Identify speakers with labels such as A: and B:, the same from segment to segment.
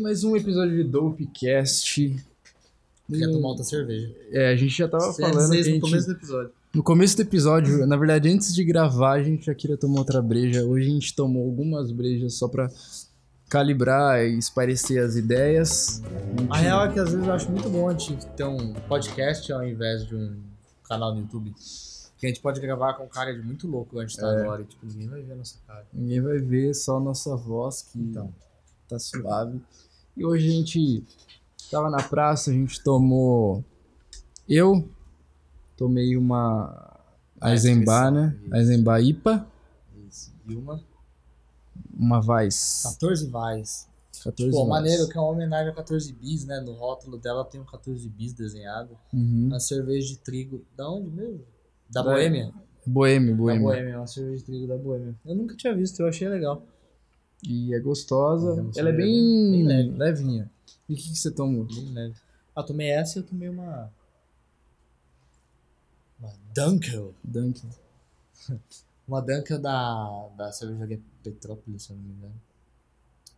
A: mais um episódio de Dopecast.
B: Quer tomar é outra cerveja.
A: É, a gente já tava
B: Sério,
A: falando que a
B: vocês no
A: gente-
B: começo do episódio.
A: no começo do episódio, na verdade, antes de gravar, a gente já queria tomar outra breja. Hoje a gente tomou algumas brejas só pra calibrar e esparecer as ideias.
B: A real é que às vezes eu acho muito bom a gente ter um podcast ao invés de um canal no YouTube. Que a gente pode gravar com um cara de muito louco que a gente tá agora. E, tipo, ninguém vai ver a nossa cara.
A: Ninguém vai ver, só a nossa voz que
B: Então.
A: tá suave. E hoje a gente tava na praça, a gente tomou. Eu tomei uma
B: Ah,
A: Eisenbah,
B: esqueci.
A: né?
B: Isso.
A: Eisenbah IPA,
B: Isso. E uma.
A: uma Weiss.
B: 14 vais.
A: 14
B: Pô,
A: Weiss.
B: maneiro, que é Tá. uma homenagem a 14 bis, né? No rótulo dela tem um 14 bis desenhado.
A: Uhum.
B: Uma cerveja de trigo. Da onde mesmo? Da,
A: Da-
B: Boêmia.
A: Boêmio,
B: Da
A: boêmio.
B: Boêmia, uma cerveja de trigo da Boêmia. Eu nunca tinha visto, eu achei legal.
A: E é gostosa.
B: Vamos
A: Ela é
B: ver.
A: bem,
B: Bem leve.
A: levinha. E o que, que você tomou?
B: Bem leve. Ah, tomei essa e eu tomei uma. Uma Dunkel.
A: Dunkin'.
B: Uma Dunkel da, da cervejaria Petrópolis, se eu não me engano.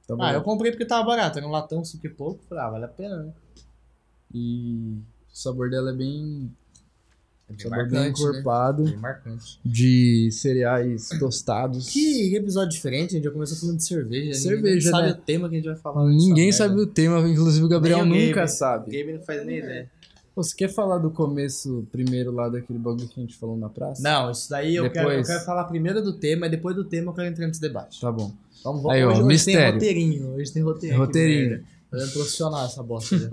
A: Tá bom.
B: Ah, eu comprei porque tava barato, era um latão, cinco e pouco. Falei, ah, vale a pena, né?
A: E o sabor dela é bem,
B: É bem
A: sabor bem
B: marcante, né?
A: encorpado.
B: Bem marcante.
A: De cereais tostados.
B: Que episódio diferente, a gente já começou falando de cerveja.
A: Cerveja,
B: Ninguém
A: né?
B: sabe o tema que a gente vai falar.
A: Ninguém sabe o tema, inclusive o Gabriel
B: Nem o
A: nunca
B: Gabriel.
A: sabe.
B: Game não faz nem ideia.
A: Pô, Você quer falar do começo primeiro lá daquele bagulho que a gente falou na praça?
B: Não, isso daí eu, quero, eu
A: Depois.
B: quero falar primeiro do tema, e depois do tema eu quero entrar nesse debate.
A: Tá bom.
B: Vamos,
A: Aí, ó,
B: hoje, hoje tem
A: mistério.
B: roteirinho, hoje tem roteirinho.
A: Roteirinho.
B: que merda. Fazendo profissional essa bosta. né?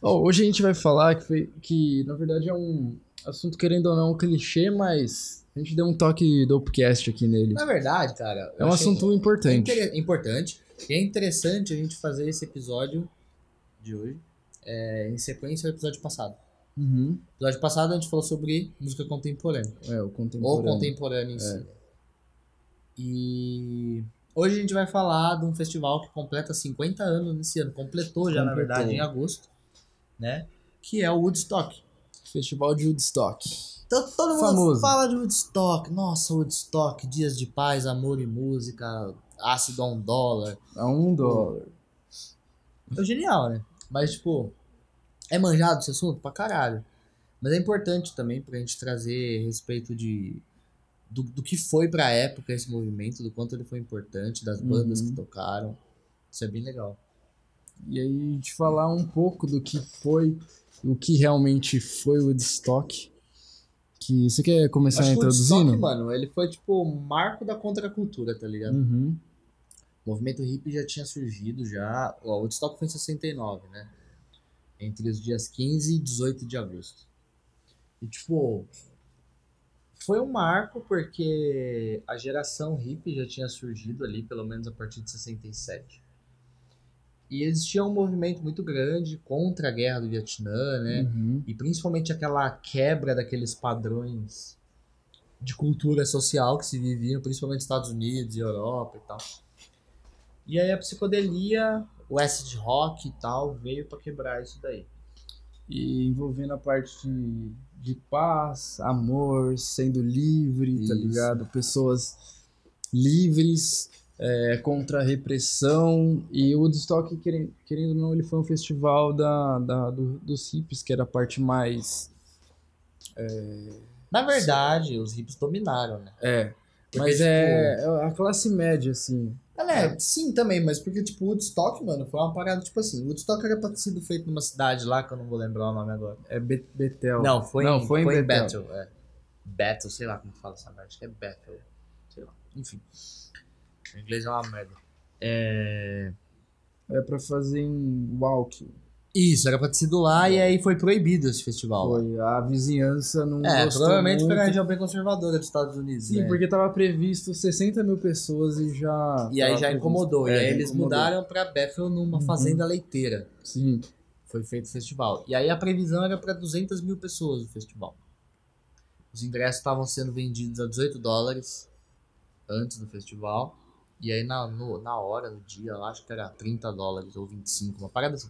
A: Ó, hoje a gente vai falar que, foi- que, na verdade, é um assunto, querendo ou não, um clichê, mas a gente deu um toque do upcast aqui nele.
B: Na verdade, cara.
A: É
B: eu
A: um
B: achei
A: assunto importante.
B: inter- importante. E é interessante a gente fazer esse episódio de hoje é, em sequência ao episódio passado.
A: Uhum.
B: No episódio passado a gente falou sobre música contemporânea.
A: É, o
B: Ou
A: contemporâneo. É.
B: contemporânea em si. E hoje a gente vai falar de um festival que completa 50 anos nesse ano. Completou já, na
A: Completou.
B: verdade, em agosto. Né? Que é o Woodstock.
A: Festival de Woodstock.
B: Então, todo mundo
A: Famoso.
B: fala de Woodstock. Nossa, Woodstock, dias de paz, amor e música, ácido a um dólar.
A: A um dólar.
B: É genial, né? Mas, tipo, é manjado esse assunto pra caralho. Mas é importante também pra gente trazer respeito de. Do, do que foi pra época esse movimento, do quanto ele foi importante, das bandas
A: Uhum.
B: que tocaram. Isso é bem legal.
A: E aí, a gente falar um pouco do que foi, o que realmente foi o Woodstock. Que você quer começar
B: Acho que o Woodstock,
A: introduzindo?
B: mano, ele foi, tipo, o marco da contracultura, tá ligado?
A: Uhum.
B: O movimento hippie já tinha surgido já. Ó, o Woodstock foi em 69, né? Entre os dias 15 e 18 de agosto. E tipo, foi um marco porque a geração hippie já tinha surgido ali, pelo menos a partir de 67. E existia um movimento muito grande contra a guerra do Vietnã, né?
A: Uhum.
B: E principalmente aquela quebra daqueles padrões de cultura social que se viviam, principalmente nos Estados Unidos e Europa e tal. E aí a psicodelia, o acid rock e tal, veio pra quebrar isso daí.
A: E envolvendo a parte de, de paz, amor, sendo livre, tá
B: Isso.
A: ligado? Pessoas livres, é, contra a repressão. E o Woodstock, querendo, querendo ou não, ele foi um festival da, da, do- dos hippies, que era a parte mais.
B: Na verdade, os hippies dominaram, né?
A: É.
B: Porque,
A: mas
B: tipo,
A: é, é a classe média, assim.
B: Galera, sim também, mas porque, tipo, Woodstock, mano, foi uma parada, tipo assim, Woodstock era pra ter sido feito numa cidade lá, que eu não vou lembrar o nome agora.
A: É Be- Betel.
B: Não, foi,
A: Não,
B: em,
A: foi
B: foi,
A: em
B: em
A: Bethel.
B: Battle. É. Battle, sei lá como fala essa merda. Acho que é Battle. Sei lá. Enfim. O inglês é uma merda. É...
A: É pra fazer em Walk.
B: Isso, era pra ter sido lá e aí foi proibido esse festival.
A: É. Foi. A vizinhança não
B: É,
A: gostou
B: provavelmente
A: muito.
B: pela região bem conservadora dos Estados Unidos.
A: Sim,
B: né?
A: porque tava previsto 60 mil pessoas e já.
B: E aí
A: tava
B: já
A: previsto-
B: incomodou.
A: É,
B: e aí
A: já
B: eles
A: incomodou.
B: mudaram pra Bethel numa
A: Uhum.
B: fazenda leiteira.
A: Sim.
B: Foi feito o festival. E aí a previsão era pra 200 mil pessoas o festival. Os ingressos estavam sendo vendidos a 18 dólares antes do festival. E aí na, no- na hora, no dia, eu acho que era 30 dólares ou 25, uma parada assim.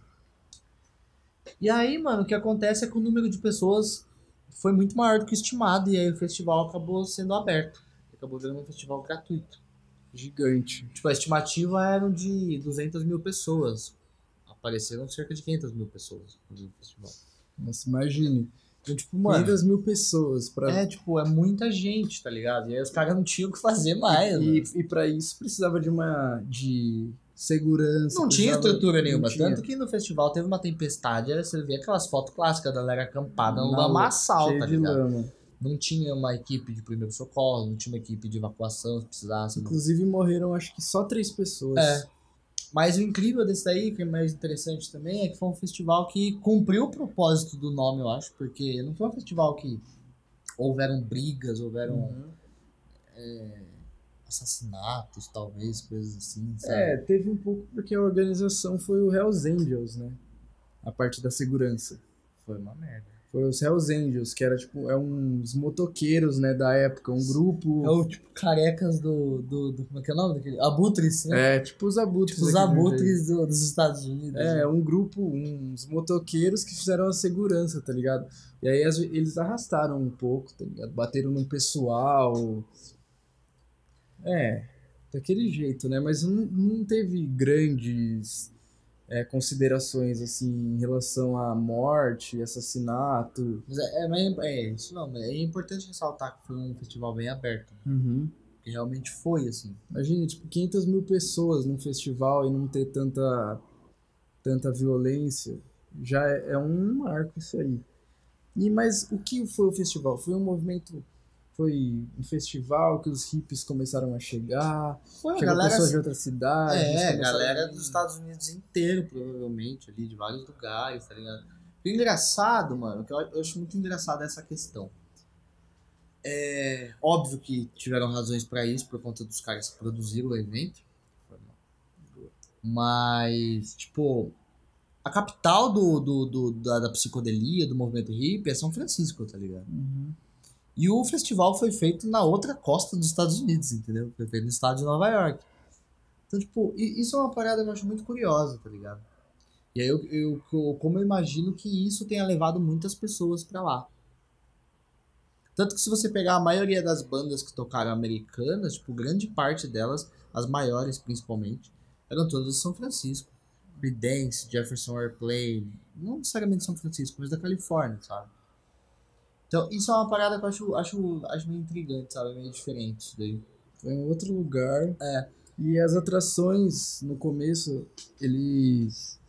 B: E aí, mano, o que acontece é que o número de pessoas foi muito maior do que estimado. E aí o festival acabou sendo aberto. Acabou virando um festival gratuito.
A: Gigante.
B: Tipo, a estimativa era de 200 mil pessoas. Apareceram cerca de 500 mil pessoas no festival.
A: Nossa, imagine. Então, tipo,
B: Mano.
A: 500 mil pessoas pra
B: É, tipo, é muita gente, tá ligado? E aí os caras não tinham o que fazer
A: E,
B: mais. É,
A: tipo,
B: mano.
A: e para isso precisava de uma de segurança.
B: não tinha
A: precisava-
B: estrutura
A: não
B: nenhuma.
A: tinha.
B: Tanto que no festival teve uma tempestade, aí você via aquelas fotos clássicas da galera acampada no
A: Na lama,
B: lamaçal,
A: Cheio
B: tá
A: de
B: ligado?
A: lama.
B: Não tinha uma equipe de primeiro socorro, não tinha uma equipe de evacuação se precisasse. não
A: Inclusive morreram acho que só três pessoas.
B: É. Mas o incrível desse daí, que é mais interessante também, é que foi um festival que cumpriu o propósito do nome, eu acho, porque não foi um festival que houveram brigas, houveram
A: Uhum.
B: assassinatos, talvez, coisas assim, sabe?
A: É, teve um pouco porque a organização foi o Hells Angels, né? A parte da segurança.
B: Foi uma merda.
A: Foi os Hells Angels, que era tipo, é uns motoqueiros, né, da época, um
B: É
A: grupo.
B: o tipo carecas do, do, do- Como é que é o nome daquele? Abutres, né?
A: É, tipo os abutres.
B: tipo os
A: daquele
B: abutres do- dos Estados Unidos. né?
A: É, um grupo, uns motoqueiros que fizeram a segurança, tá ligado? E aí as- eles arrastaram um pouco, tá ligado? Bateram num pessoal. É, daquele jeito, né? Mas não, não teve grandes é, considerações, assim, em relação à morte, assassinato.
B: Mas é, é, mas é isso não, mas é importante ressaltar que foi um festival bem aberto. Que realmente foi, assim.
A: Imagina, tipo, 500 mil pessoas num festival e não ter tanta, tanta violência. Já é, é um marco isso aí. E, mas o que foi o festival? Foi um movimento. Foi um festival que os hippies começaram a chegar.
B: Foi
A: Chegou pessoas de outras cidades.
B: É,
A: começaram
B: galera
A: a-
B: dos Estados Unidos inteiro, provavelmente, ali, de vários lugares, tá ligado? O engraçado, mano, que eu, eu acho muito engraçado essa questão. É óbvio que tiveram razões pra isso, por conta dos caras que produziram o evento. Mas, tipo, a capital do, do, do- da, da psicodelia, do movimento hippie, é São Francisco, tá ligado?
A: Uhum.
B: E o festival foi feito na outra costa dos Estados Unidos, entendeu? Foi feito no estado de Nova York. Então, tipo, i- isso é uma parada que eu acho muito curiosa, tá ligado? E aí, eu, eu- co- como eu imagino que isso tenha levado muitas pessoas pra lá. Tanto que se você pegar a maioria das bandas que tocaram americanas, tipo, grande parte delas, as maiores principalmente, eram todas de São Francisco. Creedence, Jefferson Airplane, não necessariamente São Francisco, mas da Califórnia, sabe? Então, isso é uma parada que eu acho, acho, acho meio intrigante, sabe? Meio diferente isso daí.
A: Foi em outro lugar.
B: É.
A: E as atrações, no começo, eles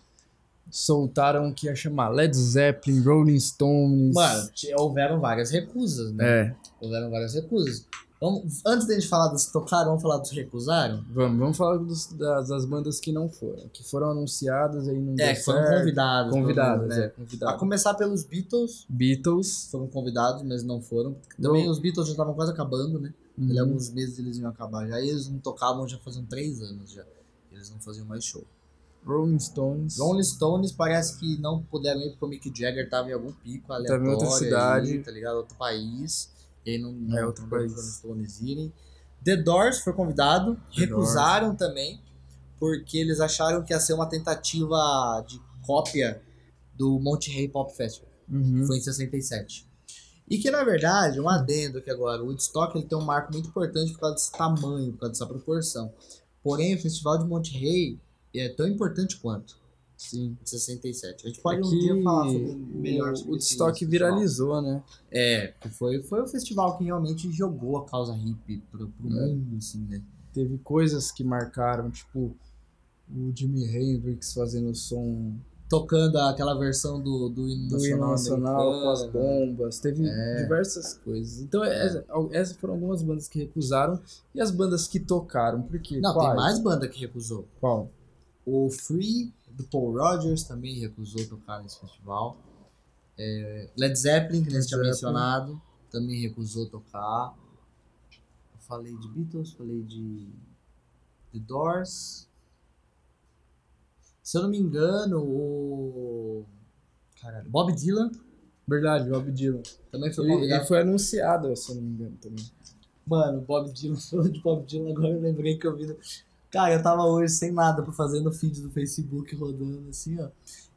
A: soltaram o que ia chamar Led Zeppelin, Rolling Stones.
B: Mano, t- houveram várias recusas, né?
A: É,
B: Houveram várias recusas. Vamos, antes da gente falar dos que tocaram, vamos falar dos que recusaram?
A: Vamos, vamos falar dos- das, das bandas que não foram, que foram anunciadas aí não deu
B: É, que foram
A: certo.
B: convidados.
A: Convidadas,
B: né?
A: é,
B: A
A: convidadas.
B: começar pelos Beatles,
A: Beatles.
B: foram convidados, mas não foram. Também
A: Não.
B: os Beatles já estavam quase acabando, né? Dali
A: Uhum.
B: alguns meses eles iam acabar já. E eles não tocavam já faziam três anos já. Eles não faziam mais show.
A: Rolling Stones.
B: um Rolling Stones parece que não puderam ir porque o Mick Jagger tava em algum pico aleatório.
A: em outra
B: aí,
A: cidade.
B: tá ligado? Outro país. E aí não,
A: É,
B: não
A: outro
B: deu pros
A: país.
B: Rolling Stones irem. The Doors foi convidado,
A: The
B: recusaram também, porque eles acharam que ia ser uma tentativa de cópia do Monterrey Pop Festival.
A: Uhum.
B: Foi em 67. E que, na verdade, um adendo aqui agora, o Woodstock ele tem um marco muito importante por causa desse tamanho, por causa dessa proporção. Porém, o Festival de Monterrey é tão importante quanto.
A: Sim.
B: 67. A gente
A: É
B: pode um
A: que
B: dia falar sobre
A: o,
B: melhor sobre
A: o
B: esse
A: estoque
B: festival.
A: viralizou, né?
B: É, foi, foi o festival que realmente jogou a causa hippie pro, pro
A: É.
B: mundo, assim, né?
A: Teve coisas que marcaram, tipo o Jimi Hendrix fazendo som
B: Tocando aquela versão do, do hino
A: do hino
B: nacional.
A: nacional com as
B: americano.
A: bombas. Teve
B: É.
A: diversas coisas. Então, essa- essas foram algumas bandas que recusaram e as bandas que tocaram. Porque
B: Não,
A: quais?
B: tem mais banda que recusou.
A: Qual?
B: O Free, do Paul Rogers, também recusou tocar nesse festival. É, Led Zeppelin, que nem
A: Led
B: você tinha
A: Zeppelin.
B: mencionado, também recusou tocar. Eu falei de Beatles, falei de The Doors. Se eu não me engano, o. Caralho, Bob Dylan
A: Verdade, Bob Dylan.
B: também foi
A: Ele, ele
B: convidado.
A: foi anunciado, se eu não me engano, também.
B: Mano, Bob Dylan, falando de Bob Dylan, agora eu lembrei que eu vi. no- Cara, eu tava hoje sem nada pra fazer no feed do Facebook rodando assim, ó.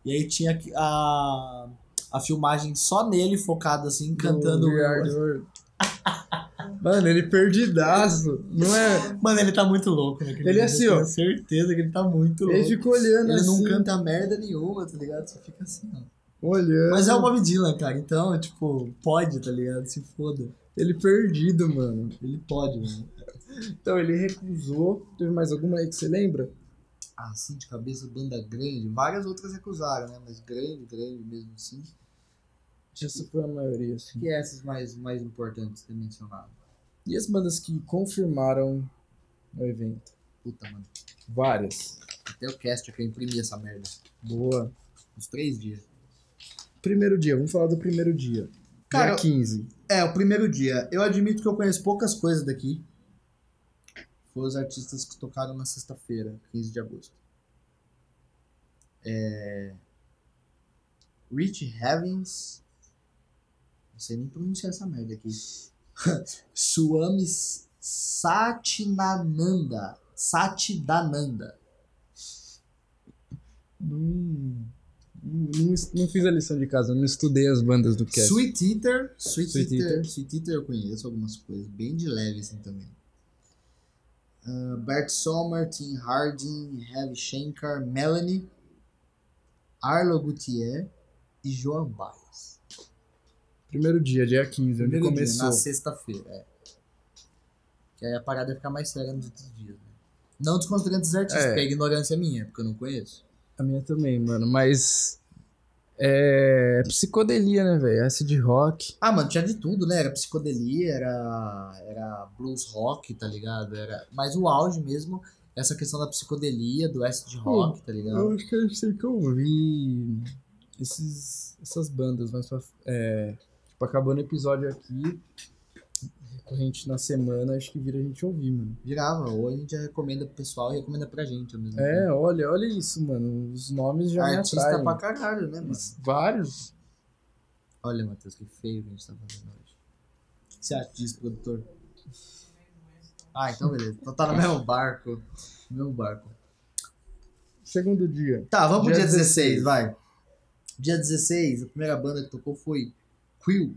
B: E aí tinha que- a, a filmagem só nele focada assim,
A: Do
B: cantando.
A: We Are the World. Mano, ele perdidaço. Não é.
B: Mano, ele tá muito louco naquele
A: Ele é
B: vídeo,
A: assim,
B: eu
A: ó.
B: Tenho certeza que ele tá muito louco.
A: Ele ficou olhando
B: Ele
A: assim.
B: não canta merda nenhuma, tá ligado? Só fica assim, ó.
A: Olhando.
B: Mas é o Bob Dylan, cara. Então, tipo, pode, tá ligado? Se foda.
A: Ele perdido, mano.
B: Ele pode, né? mano.
A: Então, ele recusou. Teve mais alguma aí que você lembra?
B: Assim, de cabeça, banda grande. Várias outras recusaram, né? Mas grande, grande mesmo assim.
A: Essa foi a maioria, assim.
B: Que é essas mais, mais importantes ter mencionado?
A: E as bandas que confirmaram o evento?
B: Puta, mano.
A: Várias.
B: Até o cast que eu imprimi essa merda.
A: Boa.
B: Uns três dias.
A: Primeiro dia, vamos falar do primeiro dia.
B: Cara,
A: dia 15.
B: É, o primeiro dia. Eu admito que eu conheço poucas coisas daqui. Foi os artistas que tocaram na sexta-feira, 15 de agosto. É... Rich Havens. Não sei nem pronunciar essa merda aqui. Suami Satinananda. Satidananda.
A: Não, não, Hum, não fiz a lição de casa, não estudei as bandas do cast.
B: Sweet Eater. Sweet,
A: Sweet
B: Eater.
A: Eater.
B: Sweet Eater eu conheço algumas coisas, bem de leve assim também. Ah, Bert Sommer, Tim Harding, Ravi Shankar, Melanie, Arlo Gutierrez e Joan Baez.
A: Primeiro dia, dia 15, onde
B: Primeiro dia,
A: começou.
B: na sexta-feira, é. Que aí a parada ia ficar mais séria nos outros dias, né? Não desconsiderando esses artistas,
A: É.
B: porque a ignorância é minha, porque eu não conheço.
A: A minha também, mano, mas. É. Psicodelia, né, velho? Acid rock.
B: Ah, mano, tinha de tudo, né? Era psicodelia, era, era blues rock, tá ligado? Era, mas o auge mesmo, essa questão da psicodelia, do acid rock, tá ligado?
A: Eu acho que eu sei que eu vi. Esses, essas bandas, mas. pra- É, tipo, acabando o episódio aqui. Recorrente na semana, acho que vira a gente ouvir, mano.
B: Virava, ou a gente já recomenda pro pessoal e recomenda pra gente ao mesmo
A: É,
B: tempo.
A: olha, olha isso, mano. Os nomes já me
B: Artista
A: atraem.
B: pra caralho, né, mano?
A: Vários.
B: Olha, Matheus, que feio que a gente tá fazendo hoje. O que você acha disso, produtor? Ah, então beleza. Então tá no mesmo barco. No mesmo barco.
A: Segundo dia.
B: Tá, vamos pro
A: Dia
B: dia 16, vai. Dia 16, a primeira banda que tocou foi Quill.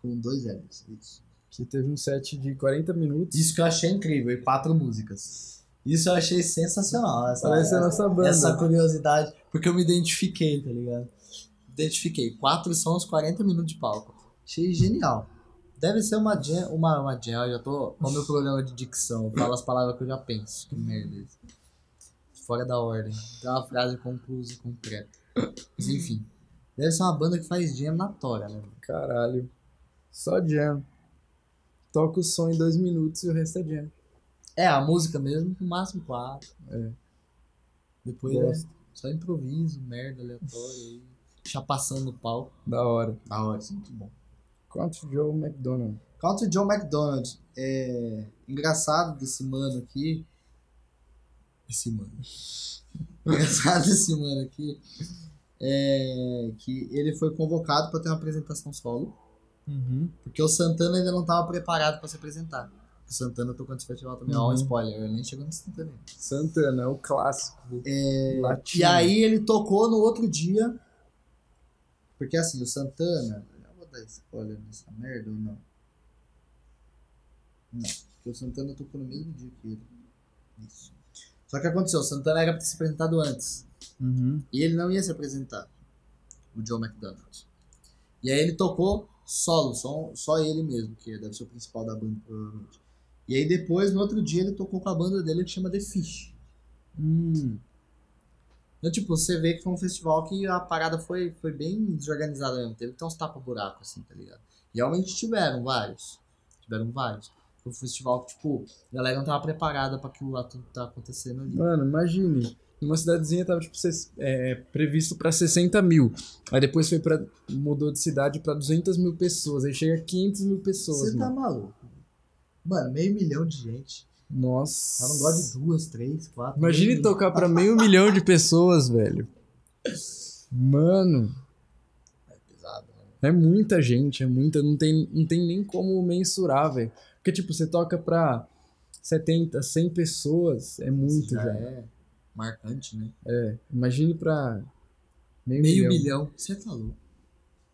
B: Com dois L's. Isso.
A: Que teve um set de 40 minutos.
B: Isso que eu achei incrível, e quatro músicas. Isso eu achei sensacional. Essa,
A: Parece é a
B: essa,
A: nossa banda.
B: essa curiosidade, porque eu me identifiquei, tá ligado? Identifiquei. Quatro são os 40 minutos de palco. Achei genial. Deve ser uma jam, uma, uma jam, eu já tô. Olha o meu problema de dicção. Eu falo as palavras que eu já penso. Que merda isso. Fora da ordem. Dá uma frase conclusa e concreta. Mas enfim. Deve ser uma banda que faz jam na tora, né? mano?
A: Caralho. Só jam. Toca o som em dois minutos e o resto é jam.
B: É, a música mesmo, no máximo quatro.
A: É.
B: Depois é só improviso, merda aleatória aí. Chapação no palco.
A: Da hora.
B: Da hora, isso é muito bom.
A: Country Joe McDonald.
B: Country John McDonald. É engraçado desse mano aqui. Esse mano. engraçado desse mano aqui. É que ele foi convocado para ter uma apresentação solo.
A: Uhum.
B: Porque o Santana ainda não tava preparado para se apresentar. O Santana tocou nesse festival também. Ó,
A: Uhum.
B: um spoiler, ele nem chegou no Santana. ainda.
A: Santana, o clássico. É... Latino.
B: E aí ele tocou no outro dia. Porque assim, o Santana. Eu vou dar spoiler nessa merda ou não? Não, porque o Santana tocou no mesmo dia que ele. Isso. Só que aconteceu, o Santana era pra ter se apresentado antes.
A: Uhum.
B: E ele não ia se apresentar. O John McDonald. E aí ele tocou solo, só, um, só ele mesmo, que deve ser o principal da banda, provavelmente. E aí depois, no outro dia, ele tocou com a banda dele que chama The Fish.
A: Hum.
B: Então, tipo, você vê que foi um festival que a parada foi, foi bem desorganizada mesmo. Teve até uns tapa-buraco, assim, tá ligado? E realmente tiveram vários. Tiveram vários. Foi um festival que, tipo, a galera não tava preparada pra aquilo lá tudo que tá acontecendo ali.
A: Mano, imagine. Numa cidadezinha tava tipo, ses- é, previsto pra 60 mil. Aí depois foi pra, mudou de cidade pra 200 mil pessoas. Aí chega a 500 mil pessoas,
B: Você tá
A: mano.
B: maluco? Mano, meio milhão de gente.
A: Nossa.
B: Eu não gosto de duas, três, quatro.
A: Imagine
B: meio
A: tocar pra meio milhão de pessoas, velho. Mano,
B: milhão. Pesado, né?
A: é muita gente, é muita. Não tem, não tem nem como mensurar, velho. Porque, tipo, você toca pra 70, 100 pessoas, é muito
B: Isso
A: já.
B: já é marcante, né?
A: Imagine pra meio, milhão.
B: Meio milhão. Você tá louco.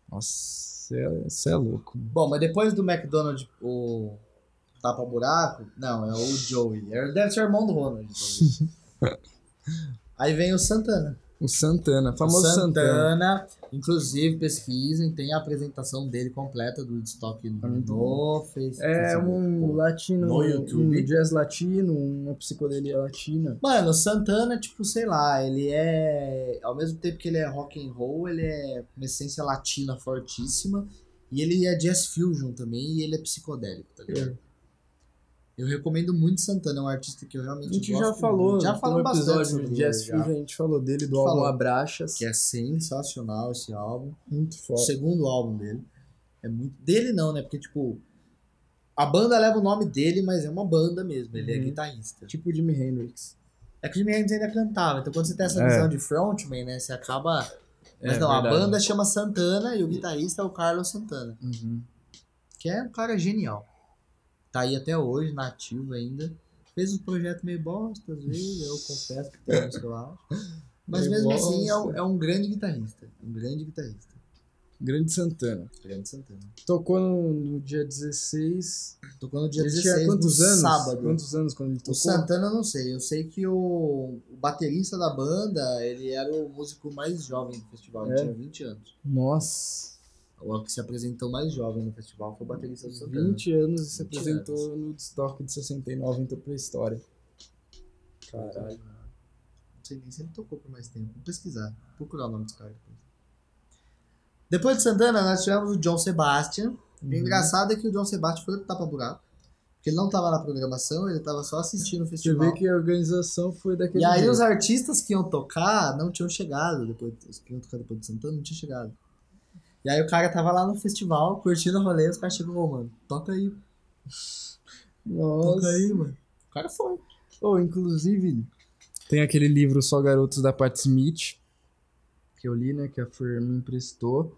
A: Nossa. Você é, cê é louco.
B: Bom, mas depois do McDonald's, o tapa-buraco, não, é o Joey. É- Deve ser o irmão do Ronald, talvez. Aí vem o Santana.
A: O Santana, famoso Santana.
B: Santana, inclusive, pesquisem, tem a apresentação dele completa do Woodstock no Facebook.
A: É um latino,
B: No YouTube.
A: um jazz latino, uma psicodelia latina.
B: Mano, o Santana, tipo, sei lá, ele é. Ao mesmo tempo que ele é rock and roll, ele é uma essência latina fortíssima. E ele é jazz fusion também, e ele é psicodélico, tá ligado? Eu recomendo muito Santana, é um artista que eu realmente
A: A gente
B: gosto
A: já falou,
B: muito. já
A: no
B: falou bastante
A: episódio
B: sobre
A: de
B: ele,
A: Jazz
B: já,
A: Fusion, a gente falou dele, do
B: Falou.
A: álbum Abraxas.
B: que é sensacional esse álbum.
A: Muito
B: O
A: foda.
B: segundo álbum dele. É muito dele não, né? Porque tipo a banda leva o nome dele, mas é uma banda mesmo, ele é
A: Uhum.
B: guitarrista.
A: Tipo Jimi Hendrix.
B: É que o Jimi Hendrix ainda cantava, então quando você tem essa
A: É.
B: visão de frontman, né, você acaba Mas
A: É,
B: não, a
A: verdade.
B: banda chama Santana e o guitarrista é o Carlos Santana,
A: Uhum.
B: que é um cara genial. Tá aí até hoje, nativo ainda. Fez um projeto meio bosta, às vezes, eu confesso que tem isso lá. Mas
A: Meio
B: mesmo assim, é um,
A: bosta.
B: é um grande guitarrista. Um grande guitarrista.
A: Grande Santana.
B: Grande Santana.
A: Tocou no, no dia 16.
B: Tocou no dia
A: Ele
B: 16,
A: tinha quantos
B: no
A: anos?
B: sábado.
A: Quantos anos quando ele
B: O
A: tocou?
B: Santana eu não sei. Eu sei que o, o baterista da banda, ele era o músico mais jovem do festival. Ele
A: É?
B: tinha 20 anos.
A: Nossa,
B: O que se apresentou mais jovem no festival foi o baterista do Santana.
A: 20 anos e se
B: 20
A: apresentou no Woodstock de 69, entrou então, pra história. Caralho.
B: Não sei nem se ele tocou por mais tempo. Vou pesquisar. Vou Procurar o nome desse cara depois. Depois de Santana, nós tivemos o John Sebastian.
A: Uhum.
B: E O engraçado é que o John Sebastian foi pro tapa-buraco. Porque ele não tava na programação, ele tava só assistindo o
A: Você
B: festival.
A: vê que a organização foi daquele
B: E aí
A: jeito.
B: os artistas que iam tocar não tinham chegado. Depois, os que iam tocar depois de Santana não tinham chegado. E aí o cara tava lá no festival, curtindo o rolê, os caras chegou, "Ô, mano, toca aí, toca
A: Nossa.
B: aí, mano. O cara foi.
A: Ou, inclusive, tem aquele livro Só Garotos da Pat Smith, que eu li, né, que a Fer me emprestou.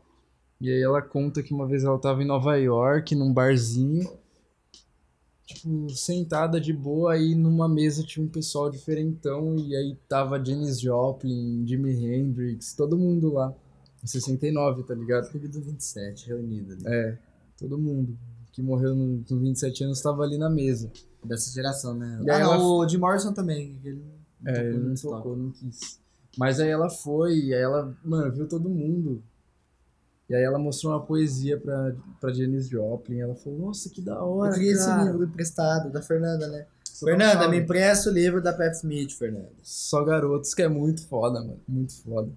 A: E aí ela conta que uma vez ela tava em Nova York, num barzinho, tipo, sentada de boa, aí numa mesa tinha um pessoal diferentão, e aí tava Janis Joplin, Jimi Hendrix, todo mundo lá. Em 69, tá ligado?
B: Clube do 27, reunido ali.
A: É, todo mundo que morreu no- com 27 anos tava ali na mesa.
B: Dessa geração, né?
A: E
B: ah,
A: aí
B: não,
A: ela-
B: o Jim Morrison também. Ele não
A: É,
B: tocou
A: ele
B: no
A: não
B: Woodstock.
A: tocou, não quis. Mas aí ela foi, e aí ela, mano, viu todo mundo. E aí ela mostrou uma poesia pra, pra Janis Joplin. Ela falou, nossa, que da hora,
B: Eu queria esse
A: cara.
B: livro emprestado da Fernanda, né?
A: Só
B: Ah. Fernanda,
A: tocava
B: me empresta o livro da Pat Smith, Fernanda.
A: Só garotos, que é muito foda, mano. Muito foda.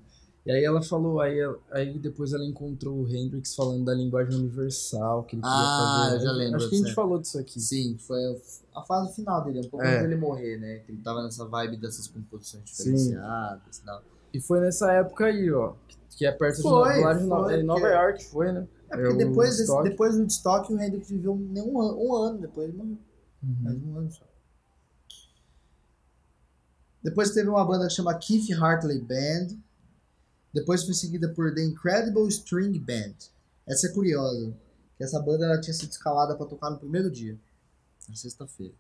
A: E aí ela falou, aí, ela- aí depois ela encontrou o Hendrix falando da linguagem universal que ele queria
B: Ah,
A: fazer.
B: eu já lembro
A: Acho que a gente
B: dessa.
A: falou disso aqui.
B: Sim, foi a fase final dele, um pouco
A: É.
B: antes dele morrer, né? Que ele tava nessa vibe dessas composições
A: Sim.
B: diferenciadas e tal.
A: E foi nessa época aí, ó. Que é perto
B: Foi,
A: de Nova, lá de Nova,
B: foi,
A: em Nova
B: porque-
A: York, foi, né?
B: É porque
A: o
B: depois, desse-
A: Woodstock.
B: depois do Woodstock, o Hendrix viveu nem um, ano, um ano depois ele morreu.
A: Uhum.
B: Mais um ano só. Depois teve uma banda que chama Keith Hartley Band. Depois foi seguida por The Incredible String Band. Essa é curiosa. Que essa banda ela tinha sido escalada pra tocar no primeiro dia. Na sexta-feira.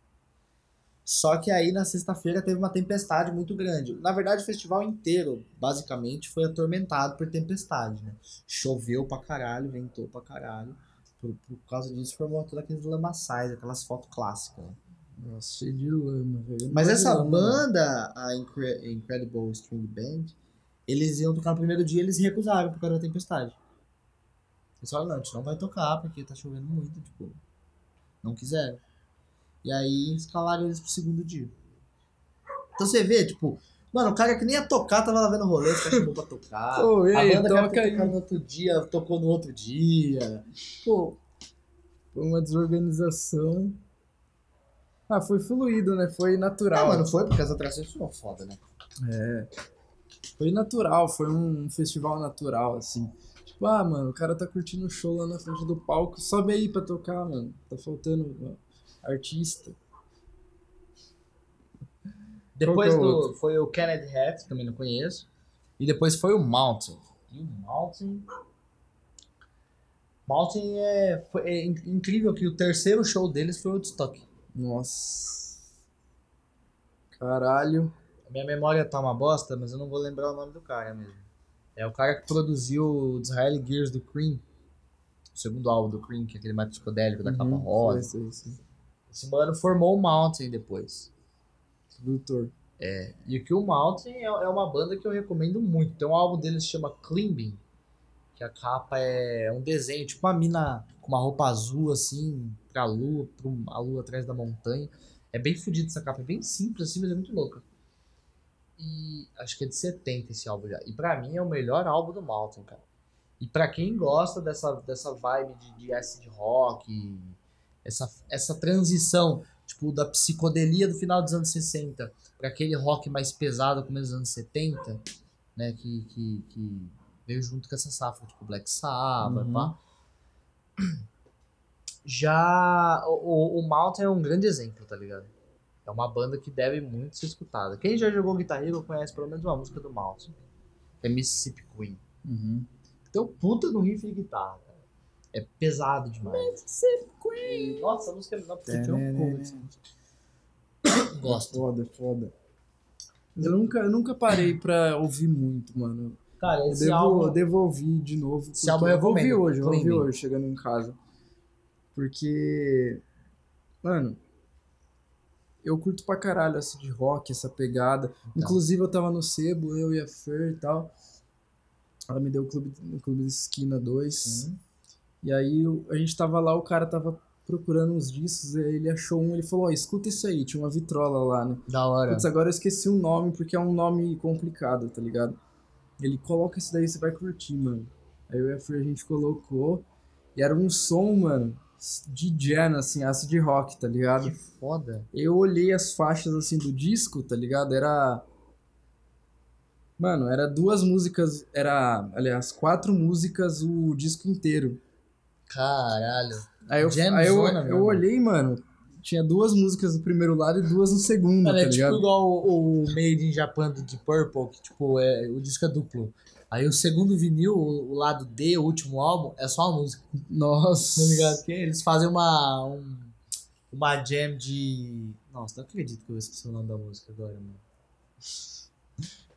B: Só que aí na sexta-feira teve uma tempestade muito grande. Na verdade, o festival inteiro, basicamente, foi atormentado por tempestade, né? Choveu pra caralho, ventou pra caralho. Por, por causa disso, formou todos aqueles lamaçais, aquelas fotos clássicas. né?
A: Nossa, cheio de lama, velho. Eu não
B: Mas
A: gosto de
B: essa
A: lama, não.
B: banda, a Incre- Incredible String Band, eles iam tocar no primeiro dia eles recusaram por causa da tempestade. Eles falaram, não, a gente não vai tocar porque tá chovendo muito, tipo, não quiseram. E aí escalaram eles pro segundo dia. Então você vê, tipo, mano, o cara que nem ia tocar tava lá vendo o rolê, os caras chamou pra tocar.
A: Ô,
B: Ah, a
A: ei,
B: banda que era
A: toca
B: pra
A: aí.
B: tocar no outro dia, tocou no outro dia. Pô,
A: Foi uma desorganização. Ah, foi fluido, né? Foi
B: não,
A: natural.
B: Ah, mano, foi porque as atrações foram foda, né?
A: Foi natural, foi um festival natural, assim. Tipo, ah, mano, o cara tá curtindo o show lá na frente do palco. Sobe aí pra tocar, mano. Tá faltando ó, artista.
B: Depois
A: Qual que é o
B: do, foi o Kenneth Hatch, também não conheço. E depois foi o Mountain. E o Mountain. Mountain é, foi- é in- incrível que o terceiro show deles foi o Woodstock.
A: Nossa. Caralho.
B: A minha memória tá uma bosta, mas eu não vou lembrar o nome do cara mesmo. É o cara que produziu o Israeli Gears do Cream. segundo álbum do Cream, que é aquele mais psicodélico da capa
A: Uhum,
B: rosa.
A: Isso, isso, isso.
B: Esse mano formou o Mountain depois.
A: Produtor.
B: E o Kill Mountain é, é uma banda que eu recomendo muito. Tem um álbum deles que chama Climbing, que a capa é um desenho, tipo uma mina com uma roupa azul, assim, pra lua, pra um- a lua atrás da montanha. É bem fodido essa capa, é bem simples assim, mas é muito louca. E acho que é de 70 esse álbum já. E pra mim é o melhor álbum do Mountain, cara. E pra quem gosta dessa, dessa vibe de, de acid rock, essa, essa transição, tipo, da psicodelia do final dos anos 60 para aquele rock mais pesado, começo dos anos 70, né? Que, que, que veio junto com essa safra, tipo Black Sabbath,
A: Uhum.
B: pá. Já o, o- o Mountain é um grande exemplo, tá ligado? É uma banda que deve muito ser escutada. Quem já jogou Guitar Hero conhece pelo menos uma música do Mountain. que É Mississippi Queen.
A: Uhum.
B: Então, puta no riff de guitarra, cara. É pesado demais. Queen! Nossa, a música é melhor porque eu tinha
A: né,
B: um cover dessa música. Gosto.
A: Foda, foda. Mas eu nunca, eu nunca parei pra ouvir muito, mano.
B: Cara,
A: Eu
B: esse
A: devo,
B: álbum...
A: devolvi de novo.
B: Esse
A: porque
B: álbum eu
A: eu vou ouvir
B: recomendo,
A: hoje, eu vou ouvir
B: Clean.
A: hoje, chegando em casa. Porque, mano, eu curto pra caralho essa de rock, essa
B: Tá.
A: pegada. Inclusive, eu tava no Sebo, eu e a Fer e tal. Ela me deu o Clube, o clube de Esquina 2.
B: Hum.
A: E aí o- a gente tava lá, o cara tava procurando uns discos, e aí ele achou um, ele falou, ó, escuta isso aí, tinha uma vitrola lá, né?
B: Da hora.
A: Putz, agora eu esqueci o nome, porque é um nome complicado, tá ligado? Ele coloca isso daí, você vai curtir, mano. Aí eu e a Fer, a gente colocou, e era um som, mano, de jam, assim, acid rock, tá ligado?
B: Que foda.
A: Eu olhei as faixas assim do disco, tá ligado? Era. Mano, era duas músicas. Era, aliás, quatro músicas o disco inteiro.
B: Caralho.
A: Aí eu,
B: Jamzona
A: aí eu,
B: mesmo.
A: eu olhei, mano. Tinha duas músicas no primeiro lado e duas no segundo,
B: Cara,
A: tá
B: é tipo
A: ligado?
B: igual o, o Made in Japan do Deep Purple, que tipo, é, o disco é duplo. Aí o segundo vinil, o, o lado D, o último álbum, é só a música,
A: Nossa.
B: tá ligado? Porque eles fazem uma, um- uma jam de... Nossa, não acredito que eu esqueci o nome da música agora, mano.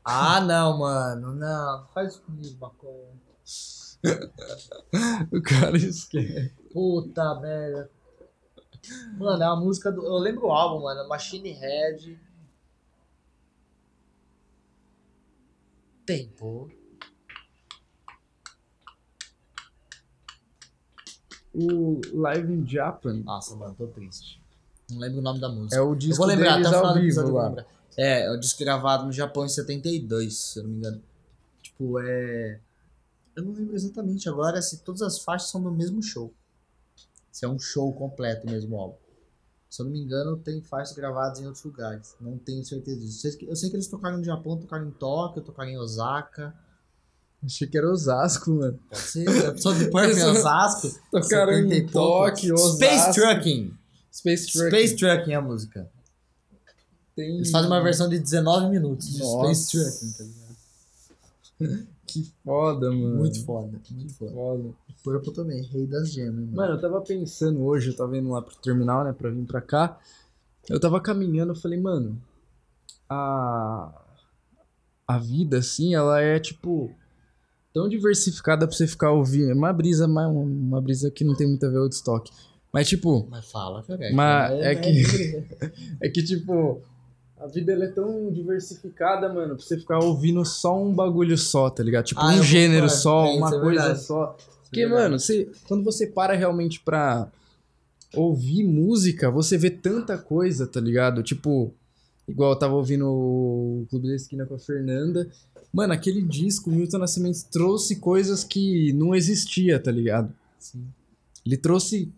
B: Ah, não, mano, não. Faz isso comigo, maconha.
A: O cara esquece.
B: Puta merda. Mano, é uma música do. Eu lembro o álbum, mano. Machine Head. Tempo.
A: O Live in Japan
B: Nossa, mano, tô triste. Não lembro o nome da música.
A: é o
B: eu
A: disco
B: vou lembrar,
A: deles
B: até o final
A: ao
B: do
A: vivo
B: episódio eu vou
A: lá.
B: lembrar. É, é o disco gravado no Japão em 72, se eu não me engano. Tipo, é. Eu não lembro exatamente agora se todas as faixas são do mesmo show. Se é um show completo mesmo, álbum. Se eu não me engano, tem faixas gravadas em outros lugares. Não tenho certeza disso. Sei que- Eu sei que eles tocaram no Japão, tocaram em Tóquio, tocaram em Osaka.
A: Achei que era Osasco, mano.
B: Pode ser. A pessoa de Purple em
A: Isso.
B: Osasco.
A: É. Tocaram
B: 70
A: em
B: e pouco.
A: Tóquio,
B: Space
A: Osasco.
B: Trucking.
A: Space Truck.
B: Space Trucking é a música.
A: Tem...
B: Eles fazem uma versão de 19 minutos de Space
A: Hum. Nossa.
B: Trucking, tá ligado?
A: Que foda, mano.
B: Muito foda, muito foda.
A: foda.
B: Purple também, rei das gemas, mano.
A: Mano, eu tava pensando hoje, eu tava indo lá pro terminal, né, pra vir pra cá. Eu tava caminhando, eu falei, mano, a a vida assim, ela é tipo tão diversificada pra você ficar ouvindo, é uma brisa, mais uma, uma brisa que não tem muito a ver com o estoque. Mas tipo,
B: Mas fala, cara.
A: Mas
B: né,
A: é que- é que tipo a vida ela é tão diversificada, mano, pra você ficar ouvindo só um bagulho só, tá ligado? Tipo
B: Ah, eu
A: um
B: vou
A: gênero
B: falar.
A: só,
B: É, isso
A: uma
B: é
A: coisa
B: verdade.
A: só. Porque, mano, você, quando você para realmente pra ouvir música, você vê tanta coisa, tá ligado? Tipo, igual eu tava ouvindo o Clube da Esquina com a Fernanda. Mano, aquele disco, o Milton Nascimento trouxe coisas que não existia, tá ligado?
B: Sim.
A: Ele trouxe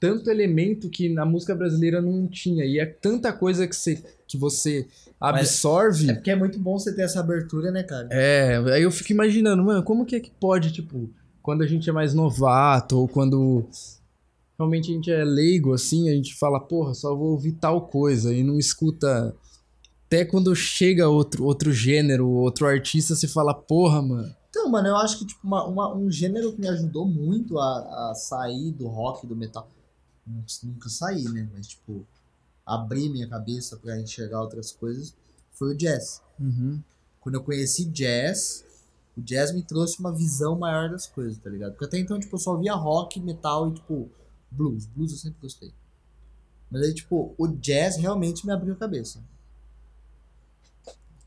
A: tanto elemento que na música brasileira não tinha. E é tanta coisa que você, que você absorve.
B: É porque é muito bom você ter essa abertura, né, cara?
A: assim, É, aí eu fico imaginando, mano, como que é que pode, tipo, quando a gente é mais novato ou quando realmente a gente é leigo, assim, a gente fala, porra, só vou ouvir tal coisa e não escuta. Até quando chega outro, outro gênero, outro artista, você fala, porra, mano.
B: Então, mano, eu acho que tipo, uma, uma- um gênero que me ajudou muito a, a sair do rock, do metal. Nun- Nunca saí, né? Mas, tipo, abrir minha cabeça pra Uhum. enxergar outras coisas foi o jazz. Quando eu conheci jazz, O jazz me trouxe uma visão maior das coisas, tá ligado? Porque até então, tipo, eu só via rock, metal e, tipo, blues. Blues eu sempre gostei. Mas aí, tipo, o jazz realmente me abriu a cabeça.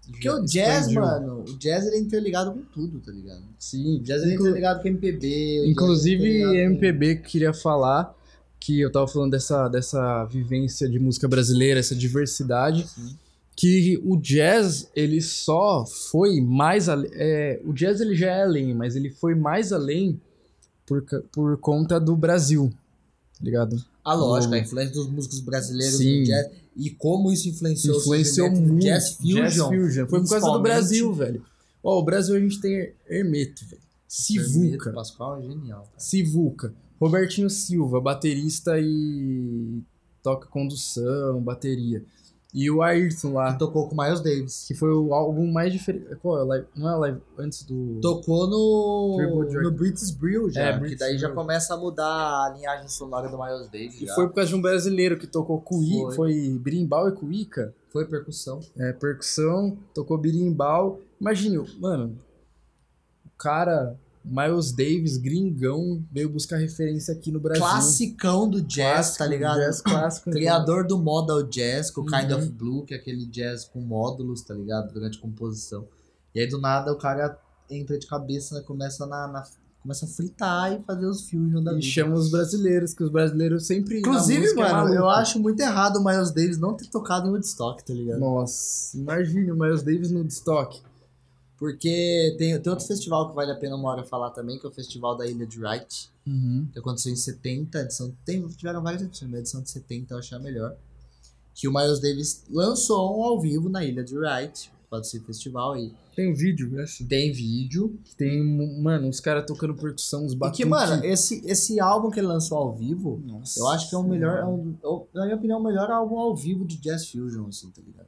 B: Porque o jazz,
A: Expandiu.
B: mano, o jazz ele é interligado com tudo, tá ligado?
A: Sim,
B: O jazz ele é
A: Inclu-
B: interligado com MPB. o
A: Inclusive,
B: jazz é interligado com-
A: MPB queria falar que eu tava falando dessa, dessa vivência de música brasileira, essa diversidade, que o jazz, ele só foi mais... ale- É, o jazz, ele já é além, mas ele foi mais além por, ca- por conta do Brasil, tá ligado?
B: A lógica,
A: O-
B: Ah, a influência dos músicos brasileiros
A: Sim.
B: no jazz e como isso influenciou,
A: Influenciou
B: o surgimento do
A: muito.
B: jazz fusion.
A: Jazz Fusion. Foi por causa do
B: principalmente.
A: Brasil, velho. Ó, o Brasil a gente tem Hermeto, velho. Sivuca.
B: Hermeto Pascoal é genial. cara.
A: Sivuca. Robertinho Silva, baterista e toca condução, bateria. E o Ayrton
B: Que
A: lá,
B: tocou com o Miles Davis.
A: que foi o álbum mais diferente. Qual é o live? Não é o live antes do.
B: Tocou
A: Turbo
B: no,
A: Jordan.
B: no British Brew já, né?
A: É,
B: que
A: British
B: daí já
A: Brew.
B: começa a mudar a linhagem sonora do Miles Davis.
A: E
B: já.
A: foi por causa de um brasileiro que tocou cuí,
B: Foi.
A: foi, birimbau e cuíca,
B: Foi percussão.
A: é, percussão, tocou birimbau. Imagina, mano, o cara, Miles Davis, gringão, veio buscar referência aqui no Brasil.
B: Classicão do jazz,
A: Clássico,
B: tá ligado?
A: Jazz clássico.
B: Criador do modal jazz, com o Kind
A: Uhum.
B: of Blue, que é aquele jazz com módulos, tá ligado? Durante composição. E aí do nada o cara entra de cabeça, né? começa, na, na- começa a fritar e fazer os fusion da
A: E
B: vida.
A: chama os brasileiros, que os brasileiros sempre. na
B: Inclusive,
A: música é
B: mano, eu
A: maluco.
B: acho muito errado o Miles Davis não ter tocado em Woodstock, tá ligado?
A: Nossa, imagina o Miles Davis no destoque.
B: Porque tem, tem outro festival que vale a pena uma hora falar também, que é o Festival da Ilha de Wright. que aconteceu em 70, a edição, tem, tiveram várias edições, mas a edição de 70 eu achei a melhor. Que o Miles Davis lançou um ao vivo na Ilha de Wright, pode ser festival aí.
A: Tem um vídeo, eu acho.
B: Tem vídeo.
A: Tem, um, mano, uns caras tocando percussão, uns
B: E
A: batuques.
B: que, mano, esse, esse álbum que ele lançou ao vivo,
A: Nossa.
B: eu acho que é o melhor, é um- é o- na minha opinião, é o melhor álbum ao vivo de Jazz Fusion, assim, tá ligado?